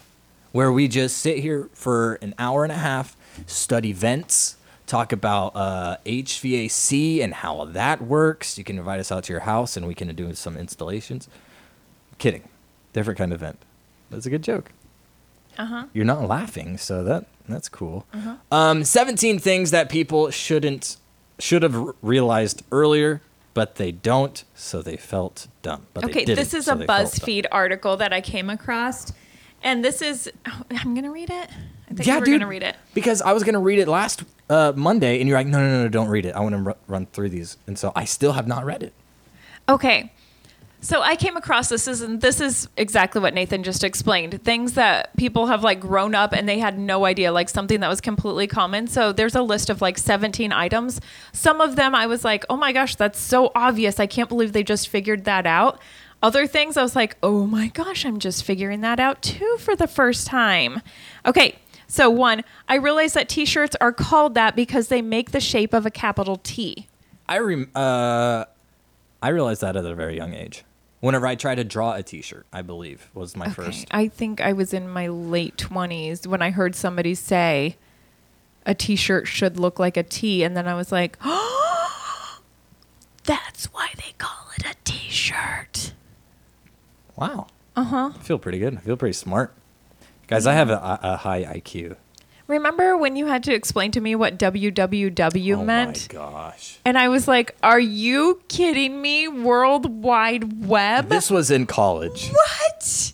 where we just sit here for an hour and a half, study vents, talk about uh, HVAC and how that works. You can invite us out to your house, and we can do some installations. Kidding, different kind of vent. That's a good joke. Uh huh. you're not laughing, so that that's cool. Uh-huh. Um, 17 things that people shouldn't should have r- realized earlier, but they don't, so they felt dumb. But they Okay, didn't, this is so a they felt dumb. BuzzFeed article that I came across, and this is oh, I'm gonna read it. I think Yeah, you were dude. gonna read it. Because I was gonna read it last uh, Monday, and you're like, no, no, no, no, don't read it. I want to r- run through these, and so I still have not read it. Okay. So I came across this is and this is exactly what Nathan just explained. Things that people have like grown up and they had no idea, like something that was completely common. So there's a list of like 17 items. Some of them I was like, "Oh my gosh, that's so obvious. I can't believe they just figured that out." Other things I was like, "Oh my gosh, I'm just figuring that out too for the first time." Okay. So one, I realized that t-shirts are called that because they make the shape of a capital T. I rem- uh, I realized that at a very young age. Whenever I tried to draw a T-shirt, I believe was my first. I think I was in my late 20s when I heard somebody say a t shirt should look like a T. And then I was like, oh, that's why they call it a t shirt. Uh-huh. Wow. Uh huh. I feel pretty good. I feel pretty smart. Guys, I have a, a high IQ. Remember when you had to explain to me what WWW oh meant? my gosh. And I was like, "Are you kidding me? World Wide Web? This was in college. What?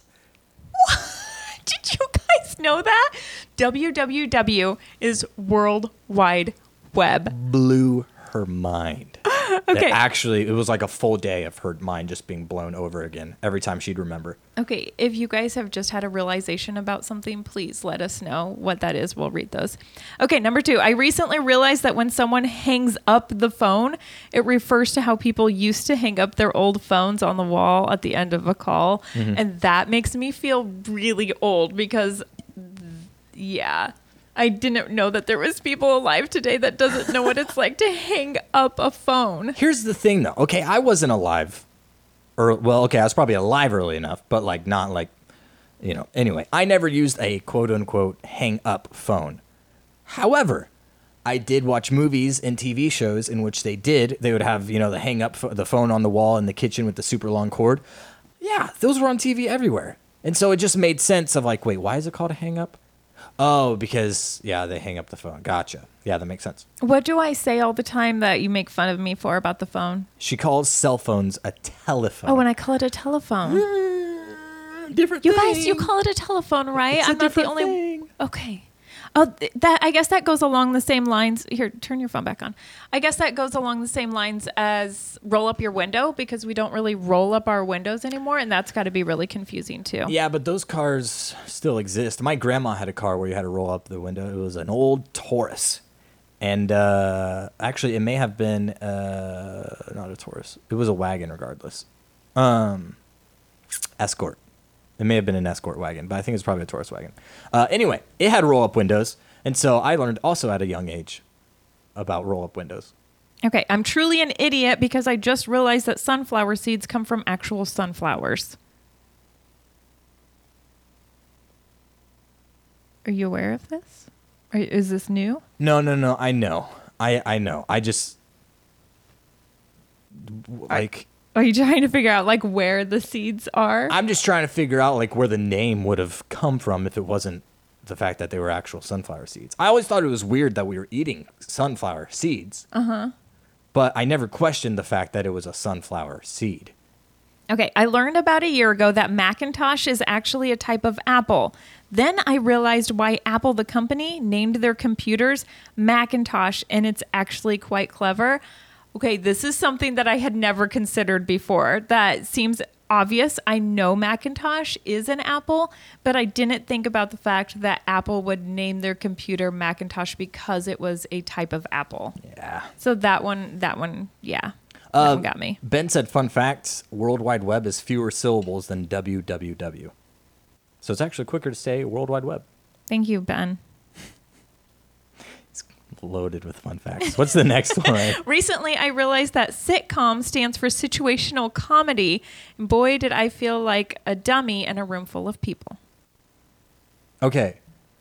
What? Did you guys know that? WWW is World Wide Web. Blew her mind. That Okay. actually, it was like a full day of her mind just being blown over again every time she'd remember. Okay, if you guys have just had a realization about something, please let us know what that is. We'll read those. Okay, number two, I recently realized that when someone hangs up the phone, it refers to how people used to hang up their old phones on the wall at the end of a call. And that makes me feel really old because, yeah. I didn't know that there was people alive today that doesn't know what it's like to hang up a phone. Here's the thing, though. Okay, I wasn't alive, or well, okay, I was probably alive early enough, but like not like, you know. Anyway, I never used a quote unquote hang up phone. However, I did watch movies and TV shows in which they did. They would have you know the hang up pho- the phone on the wall in the kitchen with the super long cord. Yeah, those were on TV everywhere, and so it just made sense of like, wait, why is it called a hang up? Oh, because yeah, they hang up the phone. Gotcha. Yeah, that makes sense. What do I say all the time that you make fun of me for about the phone? She calls cell phones a telephone. Oh, and I call it a telephone. different You guys, you call it a telephone, right? It's a I'm not the different only. thing. Okay. Oh, th- that I guess that goes along the same lines. Here, turn your phone back on. I guess that goes along the same lines as roll up your window because we don't really roll up our windows anymore, and that's got to be really confusing too. yeah, but those cars still exist. My grandma had a car where you had to roll up the window. It was an old Taurus, and uh, actually, it may have been uh, not a Taurus. It was a wagon, regardless. Um, Escort. It may have been an Escort wagon, but I think it was probably a Taurus wagon. Uh, anyway, it had roll up windows, and so I learned also at a young age about roll up windows. Okay, I'm truly an idiot because I just realized that sunflower seeds come from actual sunflowers. Are you aware of this? Are, is this new? No, no, no. I know. I I know. I just like Are you trying to figure out like where the seeds are? I'm just trying to figure out like where the name would have come from if it wasn't the fact that they were actual sunflower seeds. I always thought it was weird that we were eating sunflower seeds. Uh-huh. But I never questioned the fact that it was a sunflower seed. Okay, I learned about a year ago that Macintosh is actually a type of Apple. Then I realized why Apple, the company, named their computers Macintosh, and it's actually quite clever. Okay, this is something that I had never considered before that seems obvious. I know Macintosh is an Apple, but I didn't think about the fact that Apple would name their computer Macintosh because it was a type of Apple. Yeah. So that one, that one, yeah. That Um, one got me. Ben said fun facts, World Wide Web is fewer syllables than www. So it's actually quicker to say World Wide Web. Thank you, Ben. It's loaded with fun facts. What's the next one? Recently, I realized that sitcom stands for situational comedy. And boy, did I feel like a dummy in a room full of people. Okay.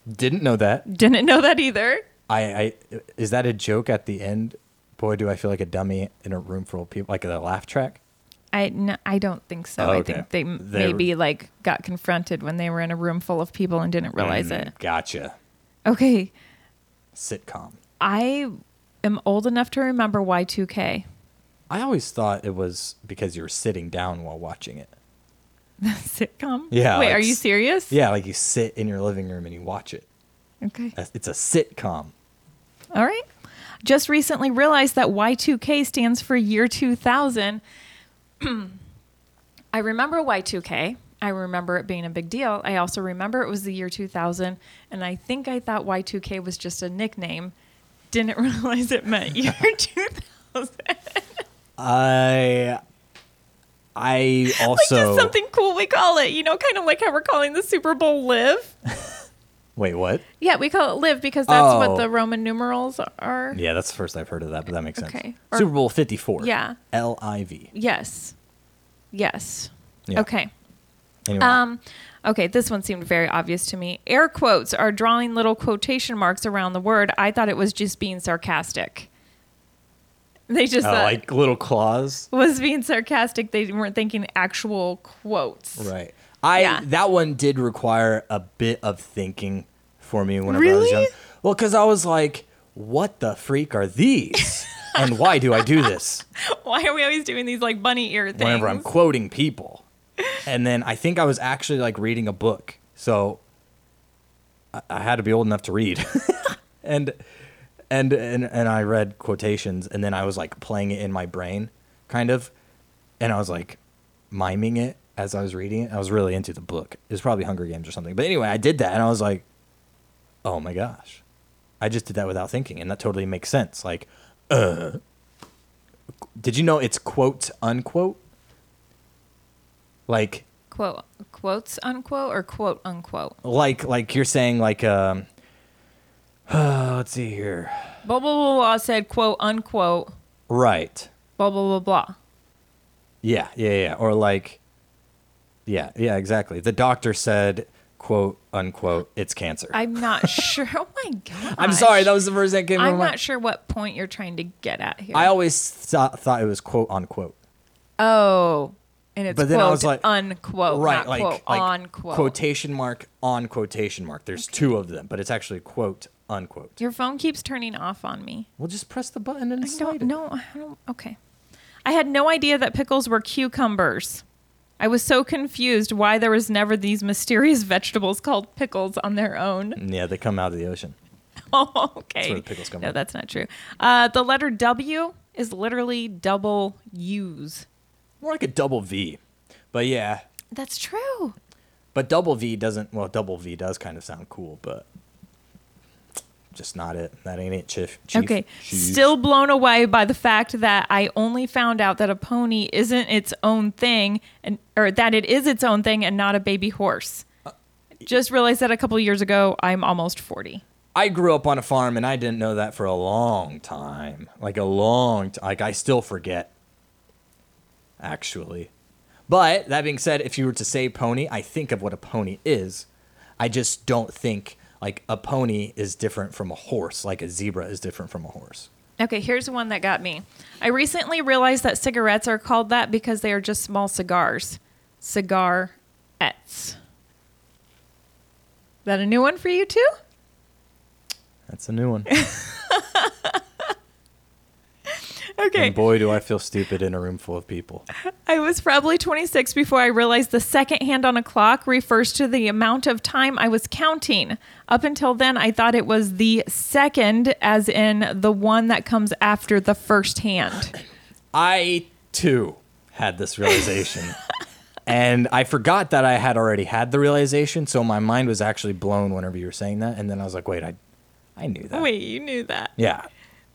Didn't know that. Didn't know that either. I, I is that a joke at the end? Boy, do I feel like a dummy in a room full of people, like a laugh track. I, no, I don't think so. Oh, I okay. think they m- They- maybe like got confronted when they were in a room full of people and didn't realize it. Mm, Gotcha. Okay, Sitcom. I am old enough to remember Y2K. I always thought it was because you were sitting down while watching it. Sitcom? Yeah, Wait, like are you s- serious? Yeah, like you sit in your living room and you watch it. Okay. It's a sitcom. All right. Just recently realized that Y2K stands for year 2000. I remember Y2K. I remember it being a big deal. I also remember it was the year 2000. And I think I thought Y2K was just a nickname. Didn't realize it meant year 2000. I I like also just something cool we call it, you know, kind of like how we're calling the Super Bowl Live. wait. What? Yeah, we call it Live because that's Oh. what the Roman numerals are. Yeah, that's the first I've heard of that, but that makes sense. Okay. Or- Super Bowl Fifty Four. Yeah. L I V. Yes. Yes. Yeah. Okay. Anyway, Um, okay, this one seemed very obvious to me. Air quotes are drawing little quotation marks around the word. I thought it was just being sarcastic. They just uh, thought like little claws. was being sarcastic. They weren't thinking actual quotes. Right. I Yeah. that one did require a bit of thinking for me whenever I was Really? young. Well, because I was like, what the freak are these? and why do I do this? Why are we always doing these like bunny ear things? Whenever I'm quoting people. And then I think I was actually like reading a book. So I, I had to be old enough to read. and, and and and I read quotations and then I was like playing it in my brain, kind of. And I was like miming it as I was reading it. I was really into the book. It was probably Hunger Games or something. But anyway, I did that and I was like, oh my gosh. I just did that without thinking, and that totally makes sense. Like, uh, did you know it's quote unquote? Like, quote quotes unquote or quote unquote. like, like you're saying, like, um, let's see here. Blah blah blah blah said quote unquote. Right. Blah blah blah blah. Yeah, yeah, yeah. Or like, yeah, yeah, exactly. The doctor said, quote unquote, it's cancer. I, I'm not sure. Oh my god. am sorry, that was the first thing that came to I'm my not sure what point you're trying to get at here. I always thought, thought it was quote unquote. oh, and it's But quote then I was like- unquote, right not like, quote like unquote. quotation mark on quotation mark there's two of them but it's actually quote unquote Your phone keeps turning off on me. well just press the button and I slide don't it. know. I don't. Okay. I had no idea that pickles were cucumbers. I was so confused why there was never these mysterious vegetables called pickles on their own. yeah they come out of the ocean Oh, okay. Mm. That's where the pickles come no, from. that's not true. Uh, the letter W is literally double U's. more like a double v but yeah That's true. but double v doesn't well double v does kind of sound cool but just not it that ain't it chief, chief. Okay. Chief. Still blown away by the fact that I only found out that a pony isn't its own thing and or that it is its own thing and not a baby horse. Just realized that a couple years ago. I'm almost 40. i grew up on a farm and i didn't know that for a long time like a long t- like i still forget actually. But that being said, if you were to say pony, I think of what a pony is. I just don't think like a pony is different from a horse, like a zebra is different from a horse. Okay, here's one that got me. I recently realized that cigarettes are called that because they are just small cigars. Cigarettes. That a new one for you too? That's a new one. Okay. and boy, do I feel stupid in a room full of people. I was probably 26 before I realized the second hand on a clock refers to the amount of time I was counting. Up until then, I thought it was the second, as in the one that comes after the first hand. I too had this realization. and I forgot that I had already had the realization, so my mind was actually blown whenever you were saying that. And then I was like, wait, I, I knew that. Wait, you knew that. Yeah.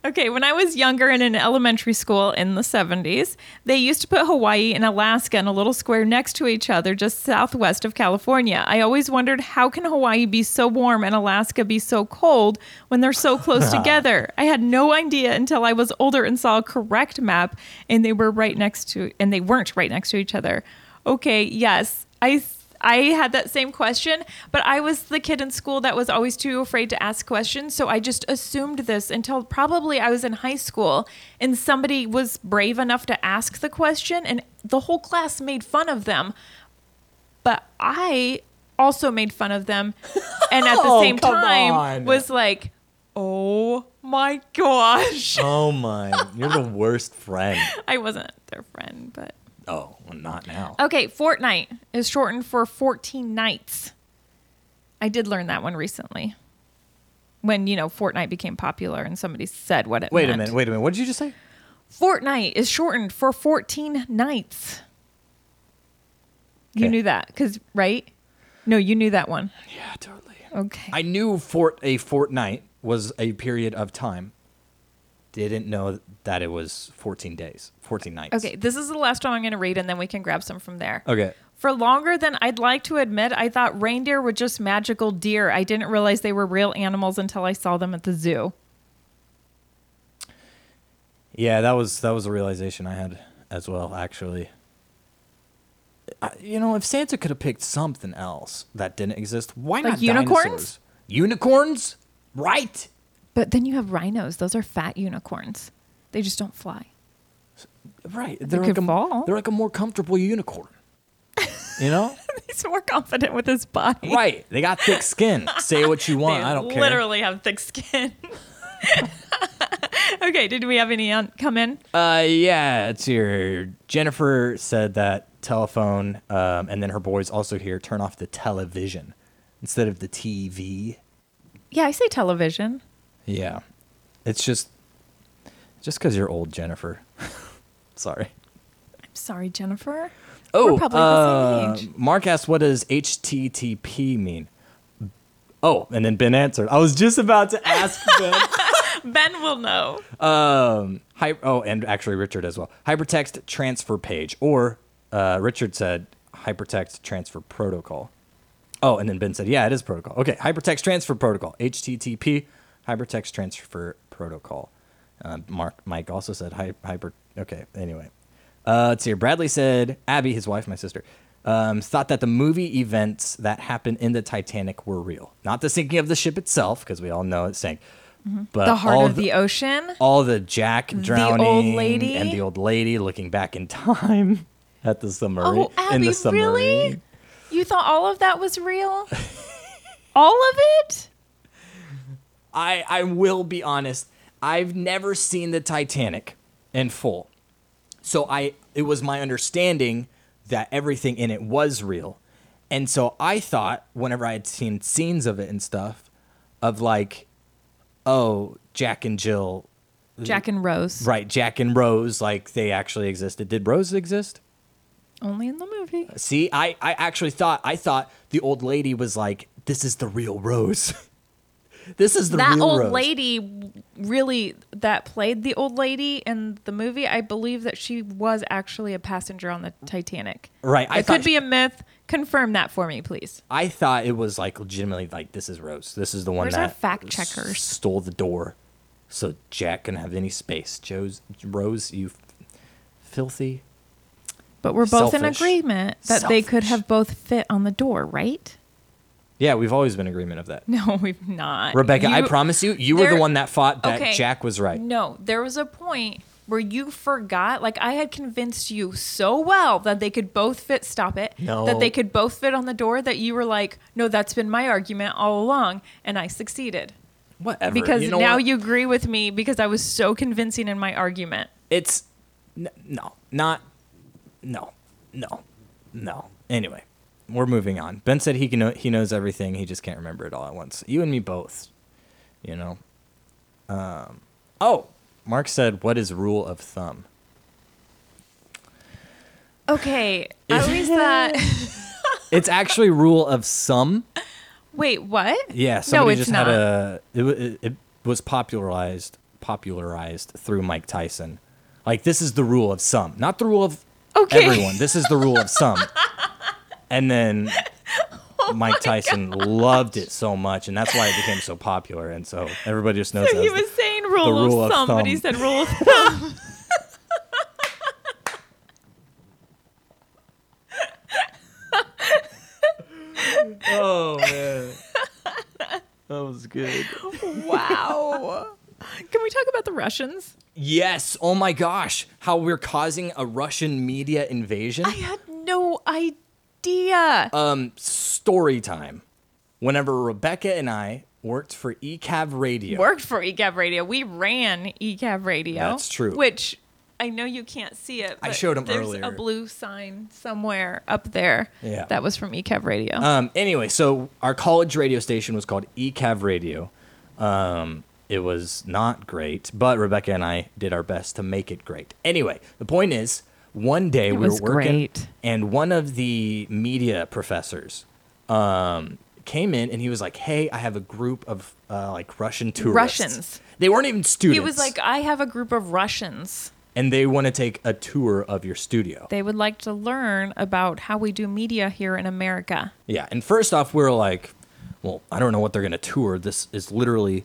Okay, when I was younger and in elementary school in the 70s, they used to put Hawaii and Alaska in a little square next to each other just southwest of California. I always wondered how can Hawaii be so warm and Alaska be so cold when they're so close together? I had no idea until I was older and saw a correct map and they were right next to and they weren't right next to each other. Okay, yes. I I had that same question, but I was the kid in school that was always too afraid to ask questions. So I just assumed this until probably I was in high school and somebody was brave enough to ask the question, and the whole class made fun of them. But I also made fun of them. And at the Oh, same come time, on. was like, oh my gosh. Oh my, you're the worst friend. I wasn't their friend, but. Oh, well, not now. Okay, fortnight is shortened for 14 nights. I did learn that one recently. When, you know, Fortnite became popular and somebody said what it Wait meant. a minute. Wait a minute. What did you just say? Fortnite is shortened for 14 nights. You Okay. knew that cuz right? No, you knew that one. Yeah, totally. Okay. I knew fort a fortnight was a period of time. Didn't know that it was 14 days, 14 nights. okay, this is the last one I'm going to read and then we can grab some from there. Okay. For longer than I'd like to admit, I thought reindeer were just magical deer. I didn't realize they were real animals until I saw them at the zoo. Yeah, that was that was a realization I had as well. Actually, I, you know, if Santa could have picked something else that didn't exist, why Like not unicorns? dinosaurs? Unicorns, right? But then you have rhinos. Those are fat unicorns. They just don't fly. Right. They're could like a fall. they're like a more comfortable unicorn. You know? He's more confident with his body. right. They got thick skin. Say what you want. They I don't care. Literally have thick skin. okay, did we have any on, come in? Uh, yeah, it's here. Jennifer said that telephone, um, and then her boys also here turn off the television instead of the TV. Yeah, I say television. Yeah, it's just just because you're old, Jennifer. Sorry. I'm sorry, Jennifer. Oh, We're probably the same uh, age. Mark asked, "What does HTTP mean?" Oh, and then Ben answered. I was just about to ask Ben. Ben will know. Um, hy- oh, and actually Richard as well. Hypertext transfer page, or uh, Richard said hypertext transfer protocol. Oh, and then Ben said, yeah, it is protocol. Okay, hypertext transfer protocol, HTTP, hypertext transfer protocol. Um, Mark, Mike also said hy- hyper. Okay, anyway. Uh, let's see here. Bradley said, Abby, his wife, my sister, um, thought that the movie events that happened in the Titanic were real. Not the sinking of the ship itself, because we all know it sank. But Mm-hmm. the heart all of the ocean. all the Jack drowning lady? and the old lady looking back in time at the submarine. Oh, Abby, in the really? submarine. You thought all of that was real? all of it? I I will be honest. I've never seen the Titanic in full, so I it was my understanding that everything in it was real, and so I thought whenever I had seen scenes of it and stuff, of like, oh, Jack and Jill, Jack and Rose. right? Jack and Rose, like they actually existed. Did Rose exist? Only in the movie. See, I, I actually thought I thought the old lady was like, "This is the real Rose. this is the that real old Rose." lady really that played the old lady in the movie i believe that she was actually a passenger on the titanic Right, I it could thought- be a myth confirm that for me please I thought it was like legitimately like, "This is Rose. This is the one Where's our that fact checkers? stole the door, so Jack can have any space." Joe's Rose, you f- filthy. but we're both in Selfish. agreement that they could Selfish. have both fit on the door right Yeah, we've always been in agreement of that. no we've not Rebecca, I You- promise you, you were the there- one that fought that Okay. Jack was right. No, there was a point where you forgot. Like I had convinced you so well that they could both fit. Stop it. No. That they could both fit on the door. That you were like, no, that's been my argument all along, and I succeeded Whatever. because you know now what? you agree with me because I was so convincing in my argument. It's n- no, not no, no, no. Anyway, we're moving on. Ben said he can know, he knows everything. He just can't remember it all at once. You and me both. You know. Um, oh, Mark said, "What is rule of thumb?" Okay, at least that. It's actually rule of sum. Wait, what? Yeah, no, somebody it's just not. had a. It, wa- it, it was popularized popularized through Mike Tyson. Like this is the rule of sum, not the rule of Okay. everyone. This is the rule of sum. And then Oh Mike Tyson loved it so much, and that's why it became so popular. And so everybody just knows. that So he as the- was saying rule, rule of of thumb, but he thumb. said rule of thumb. oh man, that was good. wow. Can we talk about the Russians? Yes. Oh my gosh, how we're causing a Russian media invasion. I had no idea. um, story time. Whenever Rebecca and I worked for ECAV Radio, worked for E ECAV Radio. We ran E ECAV Radio. That's true. Which I know you can't see it. I but showed 'em there's earlier. a blue sign somewhere up there. Yeah. That was from E ECAV Radio. Um, anyway, so our college radio station was called E ECAV Radio. Um, it was not great, but Rebecca and I did our best to make it great. Anyway, the point is, one day we was were working, great. and one of the media professors um, came in and he was like, "Hey, I have a group of uh, like Russian tourists. Russians. They weren't even students. he was like, I have a group of Russians. and they want to take a tour of your studio. They would like to learn about how we do media here in America. Yeah, and first off, we are like, well, I don't know what they're gonna tour. This is literally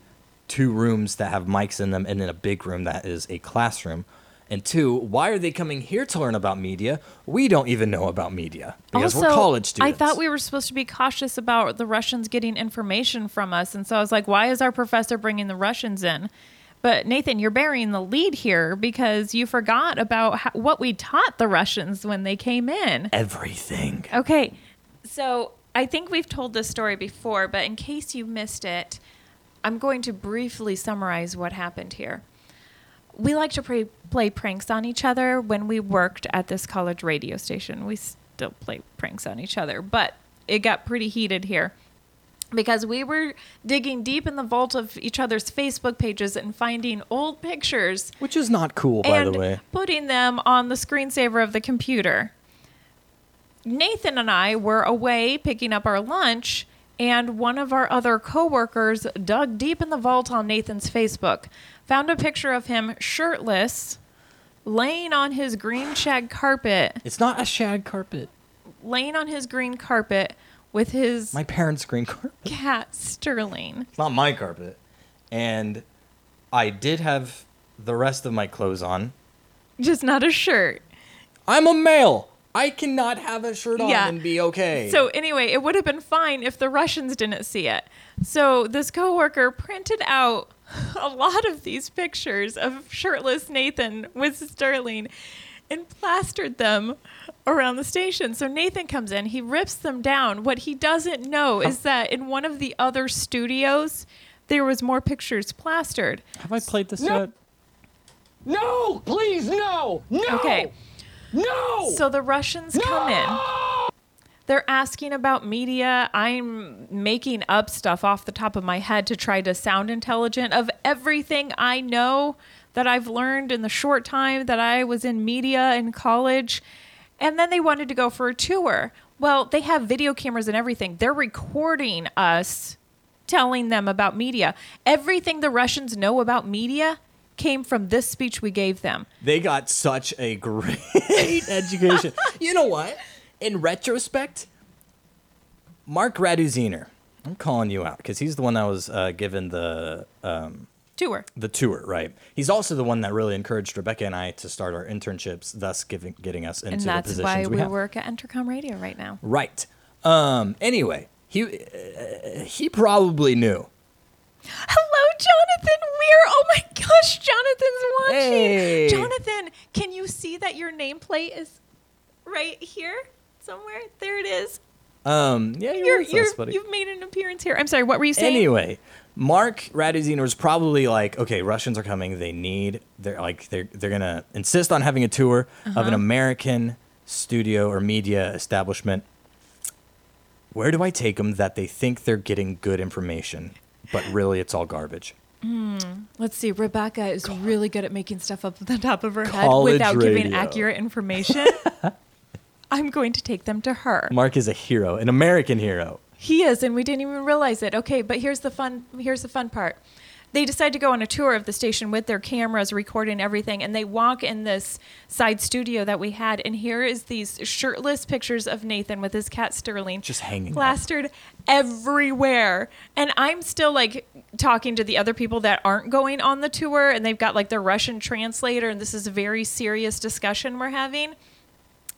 two rooms that have mics in them, and then a big room that is a classroom. And two, why are they coming here to learn about media? We don't even know about media because also, we're college students. I thought we were supposed to be cautious about the Russians getting information from us. And so I was like, why is our professor bringing the Russians in? But Nathan, you're burying the lead here because you forgot about how, what we taught the Russians when they came in. Everything. Okay. So I think we've told this story before, but in case you missed it, I'm going to briefly summarize what happened here. We like to pre- play pranks on each other when we worked at this college radio station. We still play pranks on each other, but it got pretty heated here because we were digging deep in the vault of each other's Facebook pages and finding old pictures Which is not cool, by and the way. putting them on the screensaver of the computer. Nathan and I were away picking up our lunch, and one of our other coworkers dug deep in the vault on Nathan's Facebook, found a picture of him shirtless, laying on his green shag carpet, It's not a shag carpet. laying on his green carpet with his My parents' green carpet. cat Sterling. It's not my carpet. And I did have the rest of my clothes on. Just not a shirt. I'm a male. I cannot have a shirt on Yeah. and be okay. So anyway, it would have been fine if the Russians didn't see it. So this coworker printed out a lot of these pictures of shirtless Nathan with Sterling and plastered them around the station. So Nathan comes in, he rips them down. What he doesn't know is that in one of the other studios there was more pictures plastered. Have I played this No. yet? No, please, no, no. Okay. No. So the Russians come in. They're asking about media. I'm making up stuff off the top of my head to try to sound intelligent of everything I know that I've learned in the short time that I was in media in college. And then they wanted to go for a tour. Well, they have video cameras and everything. They're recording us telling them about media. Everything the Russians know about media came from this speech we gave them. they got such a great education. you know what? In retrospect, Mark Raduziner, I'm calling you out because he's the one that was uh, given the Tour. the tour, right? He's also the one that really encouraged Rebecca and I to start our internships, thus giving getting us into And the that's positions why we we have. work at Entercom Radio right now. Right. Um. Anyway, he uh, he probably knew. Hello, Jonathan Weir. Oh my gosh, Jonathan's watching. Hey. Jonathan, can you see that your nameplate is right here somewhere? There it is. Um. Yeah, you're, You're, right, you're, that's funny. you've made an appearance here. I'm sorry, what were you saying? Anyway, Mark Raduziner was probably like, okay, Russians are coming. They need. They're like they're they're gonna insist on having a tour of an American studio or media establishment. Where do I take them that they think they're getting good information, but really it's all garbage? Let's see. Rebecca is really good at making stuff up at the top of her College head without giving radio. accurate information. I'm going to take them to her. Mark is a hero, an American hero. He is, and we didn't even realize it. Okay, but here's the fun. Here's the fun part. They decide to go on a tour of the station with their cameras, recording everything, and they walk in this side studio that we had. And here is these shirtless pictures of Nathan with his cat Sterling, Just hanging up. plastered everywhere. And I'm still like talking to the other people that aren't going on the tour, and they've got like their Russian translator, and this is a very serious discussion we're having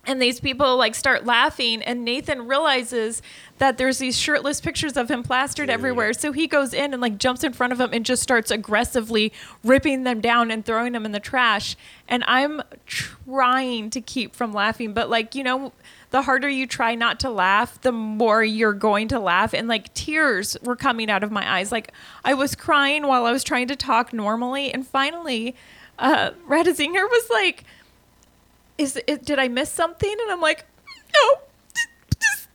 and these people like start laughing and nathan realizes that there's these shirtless pictures of him plastered everywhere so he goes in and like jumps in front of them and just starts aggressively ripping them down and throwing them in the trash and i'm trying to keep from laughing but like you know the harder you try not to laugh the more you're going to laugh and like tears were coming out of my eyes like i was crying while i was trying to talk normally and finally uh radazinger was like is it, did I miss something? And I'm like, no, just,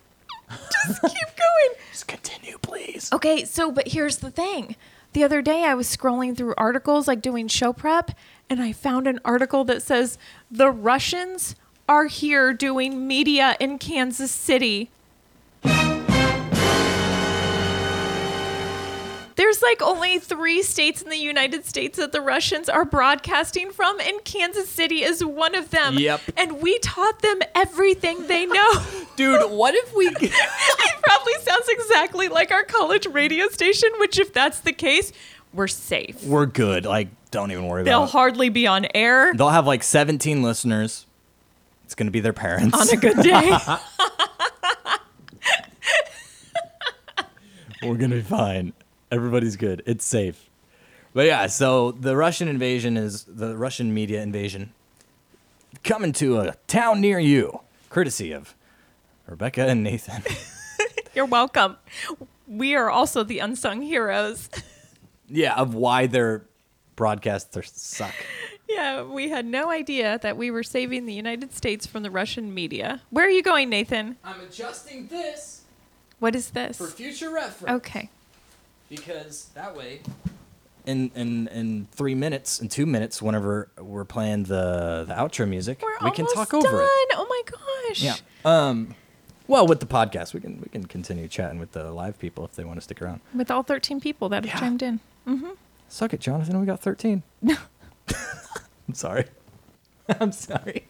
just keep going. Just continue, please. Okay, so but here's the thing. The other day I was scrolling through articles, like doing show prep, and I found an article that says the Russians are here doing media in Kansas City. There's like only three states in the United States that the Russians are broadcasting from, and Kansas City is one of them. Yep. And we taught them everything they know. Dude, what if we it probably sounds exactly like our college radio station, which, if that's the case, we're safe. We're good. Like, don't even worry They'll about it. hardly be on air They'll have like 17 listeners. It's going to be their parents. on a good day. We're going to be fine. Everybody's good. It's safe. But yeah, so the Russian invasion is the Russian media invasion coming to a town near you, courtesy of Rebecca and Nathan. You're welcome. We are also the unsung heroes. yeah, of why their broadcasts are suck. yeah, we had no idea that we were saving the United States from the Russian media. Where are you going, Nathan? I'm adjusting this What is this? future reference. Okay. Because that way. In in in three minutes, in two minutes, whenever we're playing the the outro music, We're we can almost talk done. over it. Oh my gosh. Yeah. Um. Well, with the podcast, we can we can continue chatting with the live people if they want to stick around. With all 13 people that have Yeah. chimed in. Suck it, Jonathan. We got thirteen. I'm sorry. I'm sorry.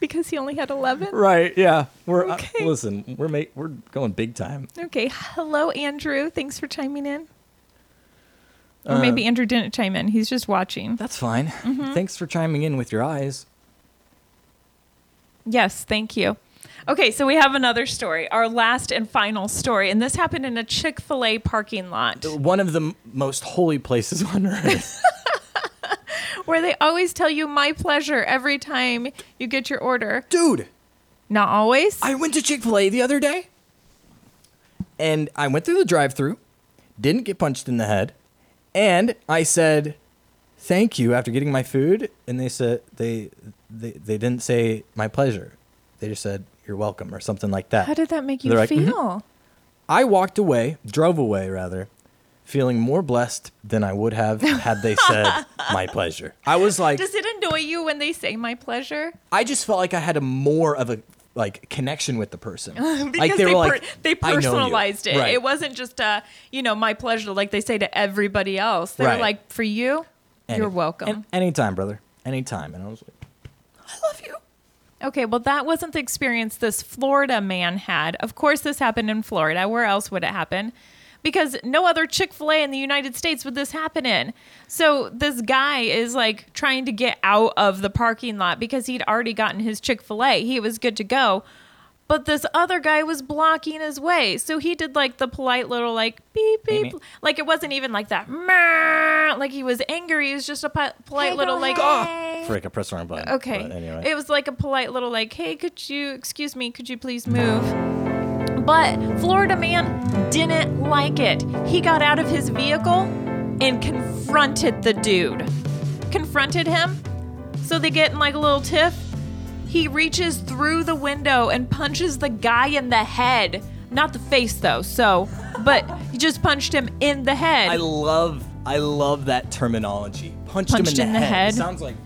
Because he only had 11. Right? Yeah. We're uh, Okay. listen. We're ma- we're going big time. Okay. Hello, Andrew. Thanks for chiming in. Or maybe Uh, Andrew didn't chime in. He's just watching. That's fine. Thanks for chiming in with your eyes. Yes, thank you. Okay, so we have another story, our last and final story, and this happened in a Chick fil A parking lot One of the m- most holy places on earth. where they always tell you my pleasure every time you get your order. Dude, Not always. I went to Chick Fil A the other day, and I went through the drive-through, didn't get punched in the head, and I said thank you after getting my food, and they said they they they didn't say my pleasure. They just said you're welcome or something like that. How did that make you They're like, feel? "Mhm." I walked away, drove away rather, feeling more blessed than I would have had they said my pleasure. I was like, Does it annoy you when they say my pleasure? I just felt like I had a more of a like connection with the person. Because like they, were like, per- they "I know you." personalized it. Right. It wasn't just uh, you know, my pleasure like they say to everybody else. They Right. were like, for you, Any- you're welcome. an- anytime, brother. Anytime. And I was like, Okay, well, that wasn't the experience this Florida man had. Of course, this happened in Florida. Where else would it happen? Because no other Chick fil A in the United States would this happen in. So this guy is like trying to get out of the parking lot because he'd already gotten his Chick fil A. He was good to go. But this other guy was blocking his way. So he did like the polite little like beep beep. Amy. Like it wasn't even like that. "Meow," Like he was angry. It was just a po- polite little like frick, I pressed the wrong button. Okay. But anyway. It was like a polite little like, "Hey, could you excuse me? Could you please move?" But Florida man didn't like it. He got out of his vehicle and confronted the dude. Confronted him. So they get in like a little tiff. He reaches through the window and punches the guy in the head. Not the face though. So, but he just punched him in the head. I love I love that terminology. Punched, Punched him in, the, head. head. Sounds like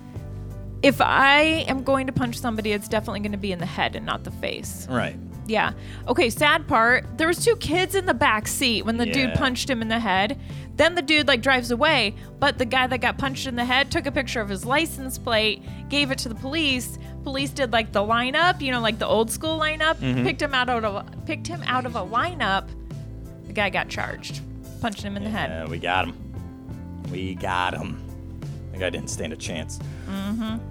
if I am going to punch somebody, it's definitely going to be in the head and not the face. right. Yeah. Okay, sad part, there was two kids in the back seat when the dude Yeah. punched him in the head. Then the dude like drives away, but the guy that got punched in the head took a picture of his license plate, gave it to the police. Police did like the lineup, you know, like the old school lineup, Mm-hmm. picked him out of a, picked him out of a lineup. The guy got charged, punched him in the head. Yeah, we got him. We got him. That guy didn't stand a chance.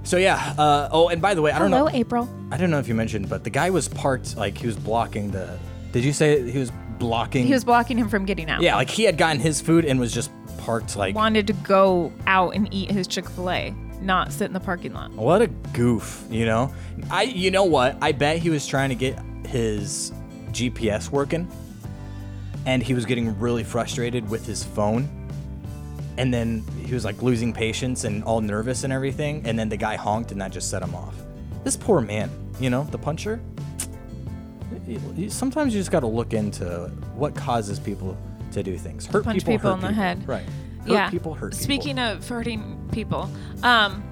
So yeah. Uh, oh, and by the way, I don't know. Mm-hmm. Hello, April. I don't know if you mentioned, but the guy was parked like he was blocking the. Did you say he was blocking? He was blocking him from getting out. Yeah, like he had gotten his food and was just parked like. Wanted to go out and eat his Chick Fil A, not sit in the parking lot. What a goof, you know? I you know what? I bet he was trying to get his GPS working and he was getting really frustrated with his phone. And then he was like losing patience and all nervous and everything, and then the guy honked and that just set him off. This poor man, you know, the puncher. You- you- Sometimes you just got to look into what causes people to do things. Hurt Punch people, people hurt in the people. head. Right. Hurt people hurt people. Speaking of hurting people, um,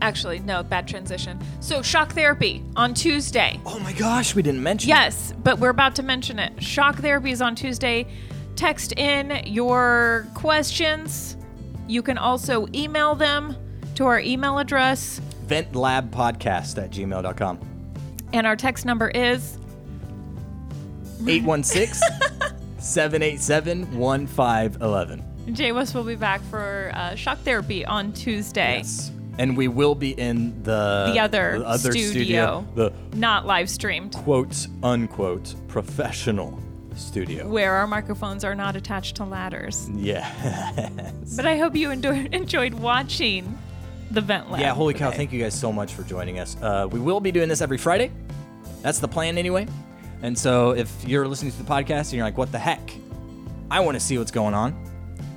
actually, no, bad transition. So, shock therapy on Tuesday. Oh my gosh, we didn't mention. Yes, but we're about to mention it. Shock therapy is on Tuesday. Text in your questions. You can also email them to our email address, ventlabpodcast at gmail.com. and our text number is 816 787 1511. Jay West will be back for uh, shock therapy on Tuesday. And we will be in the, The other studio. The Not live streamed. quote unquote professional studio. where our microphones are not attached to ladders. yeah. But I hope you enjoy- enjoyed watching the vent lab. Yeah, holy cow. Thank you guys so much for joining us. Uh, we will be doing this every Friday. That's the plan, anyway. And so if you're listening to the podcast and you're like, what the heck? I want to see what's going on.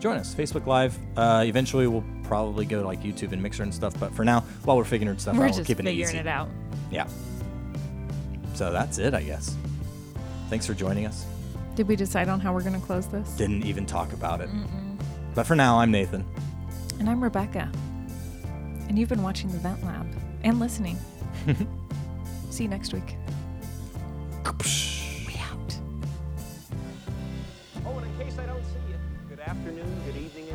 Join us, Facebook Live. Uh, eventually, we'll probably go to like YouTube and Mixer and stuff. But for now, while we're figuring stuff We're out, we're just keeping it figuring easy. it out. Yeah. So that's it, I guess. Thanks for joining us. Did we decide on how we're going to close this? Didn't even talk about it. But for now, I'm Nathan. And I'm Rebecca. And you've been watching the Vent Lab and listening. See you next week. We out. Oh, and in case I don't see you, good afternoon, good evening, and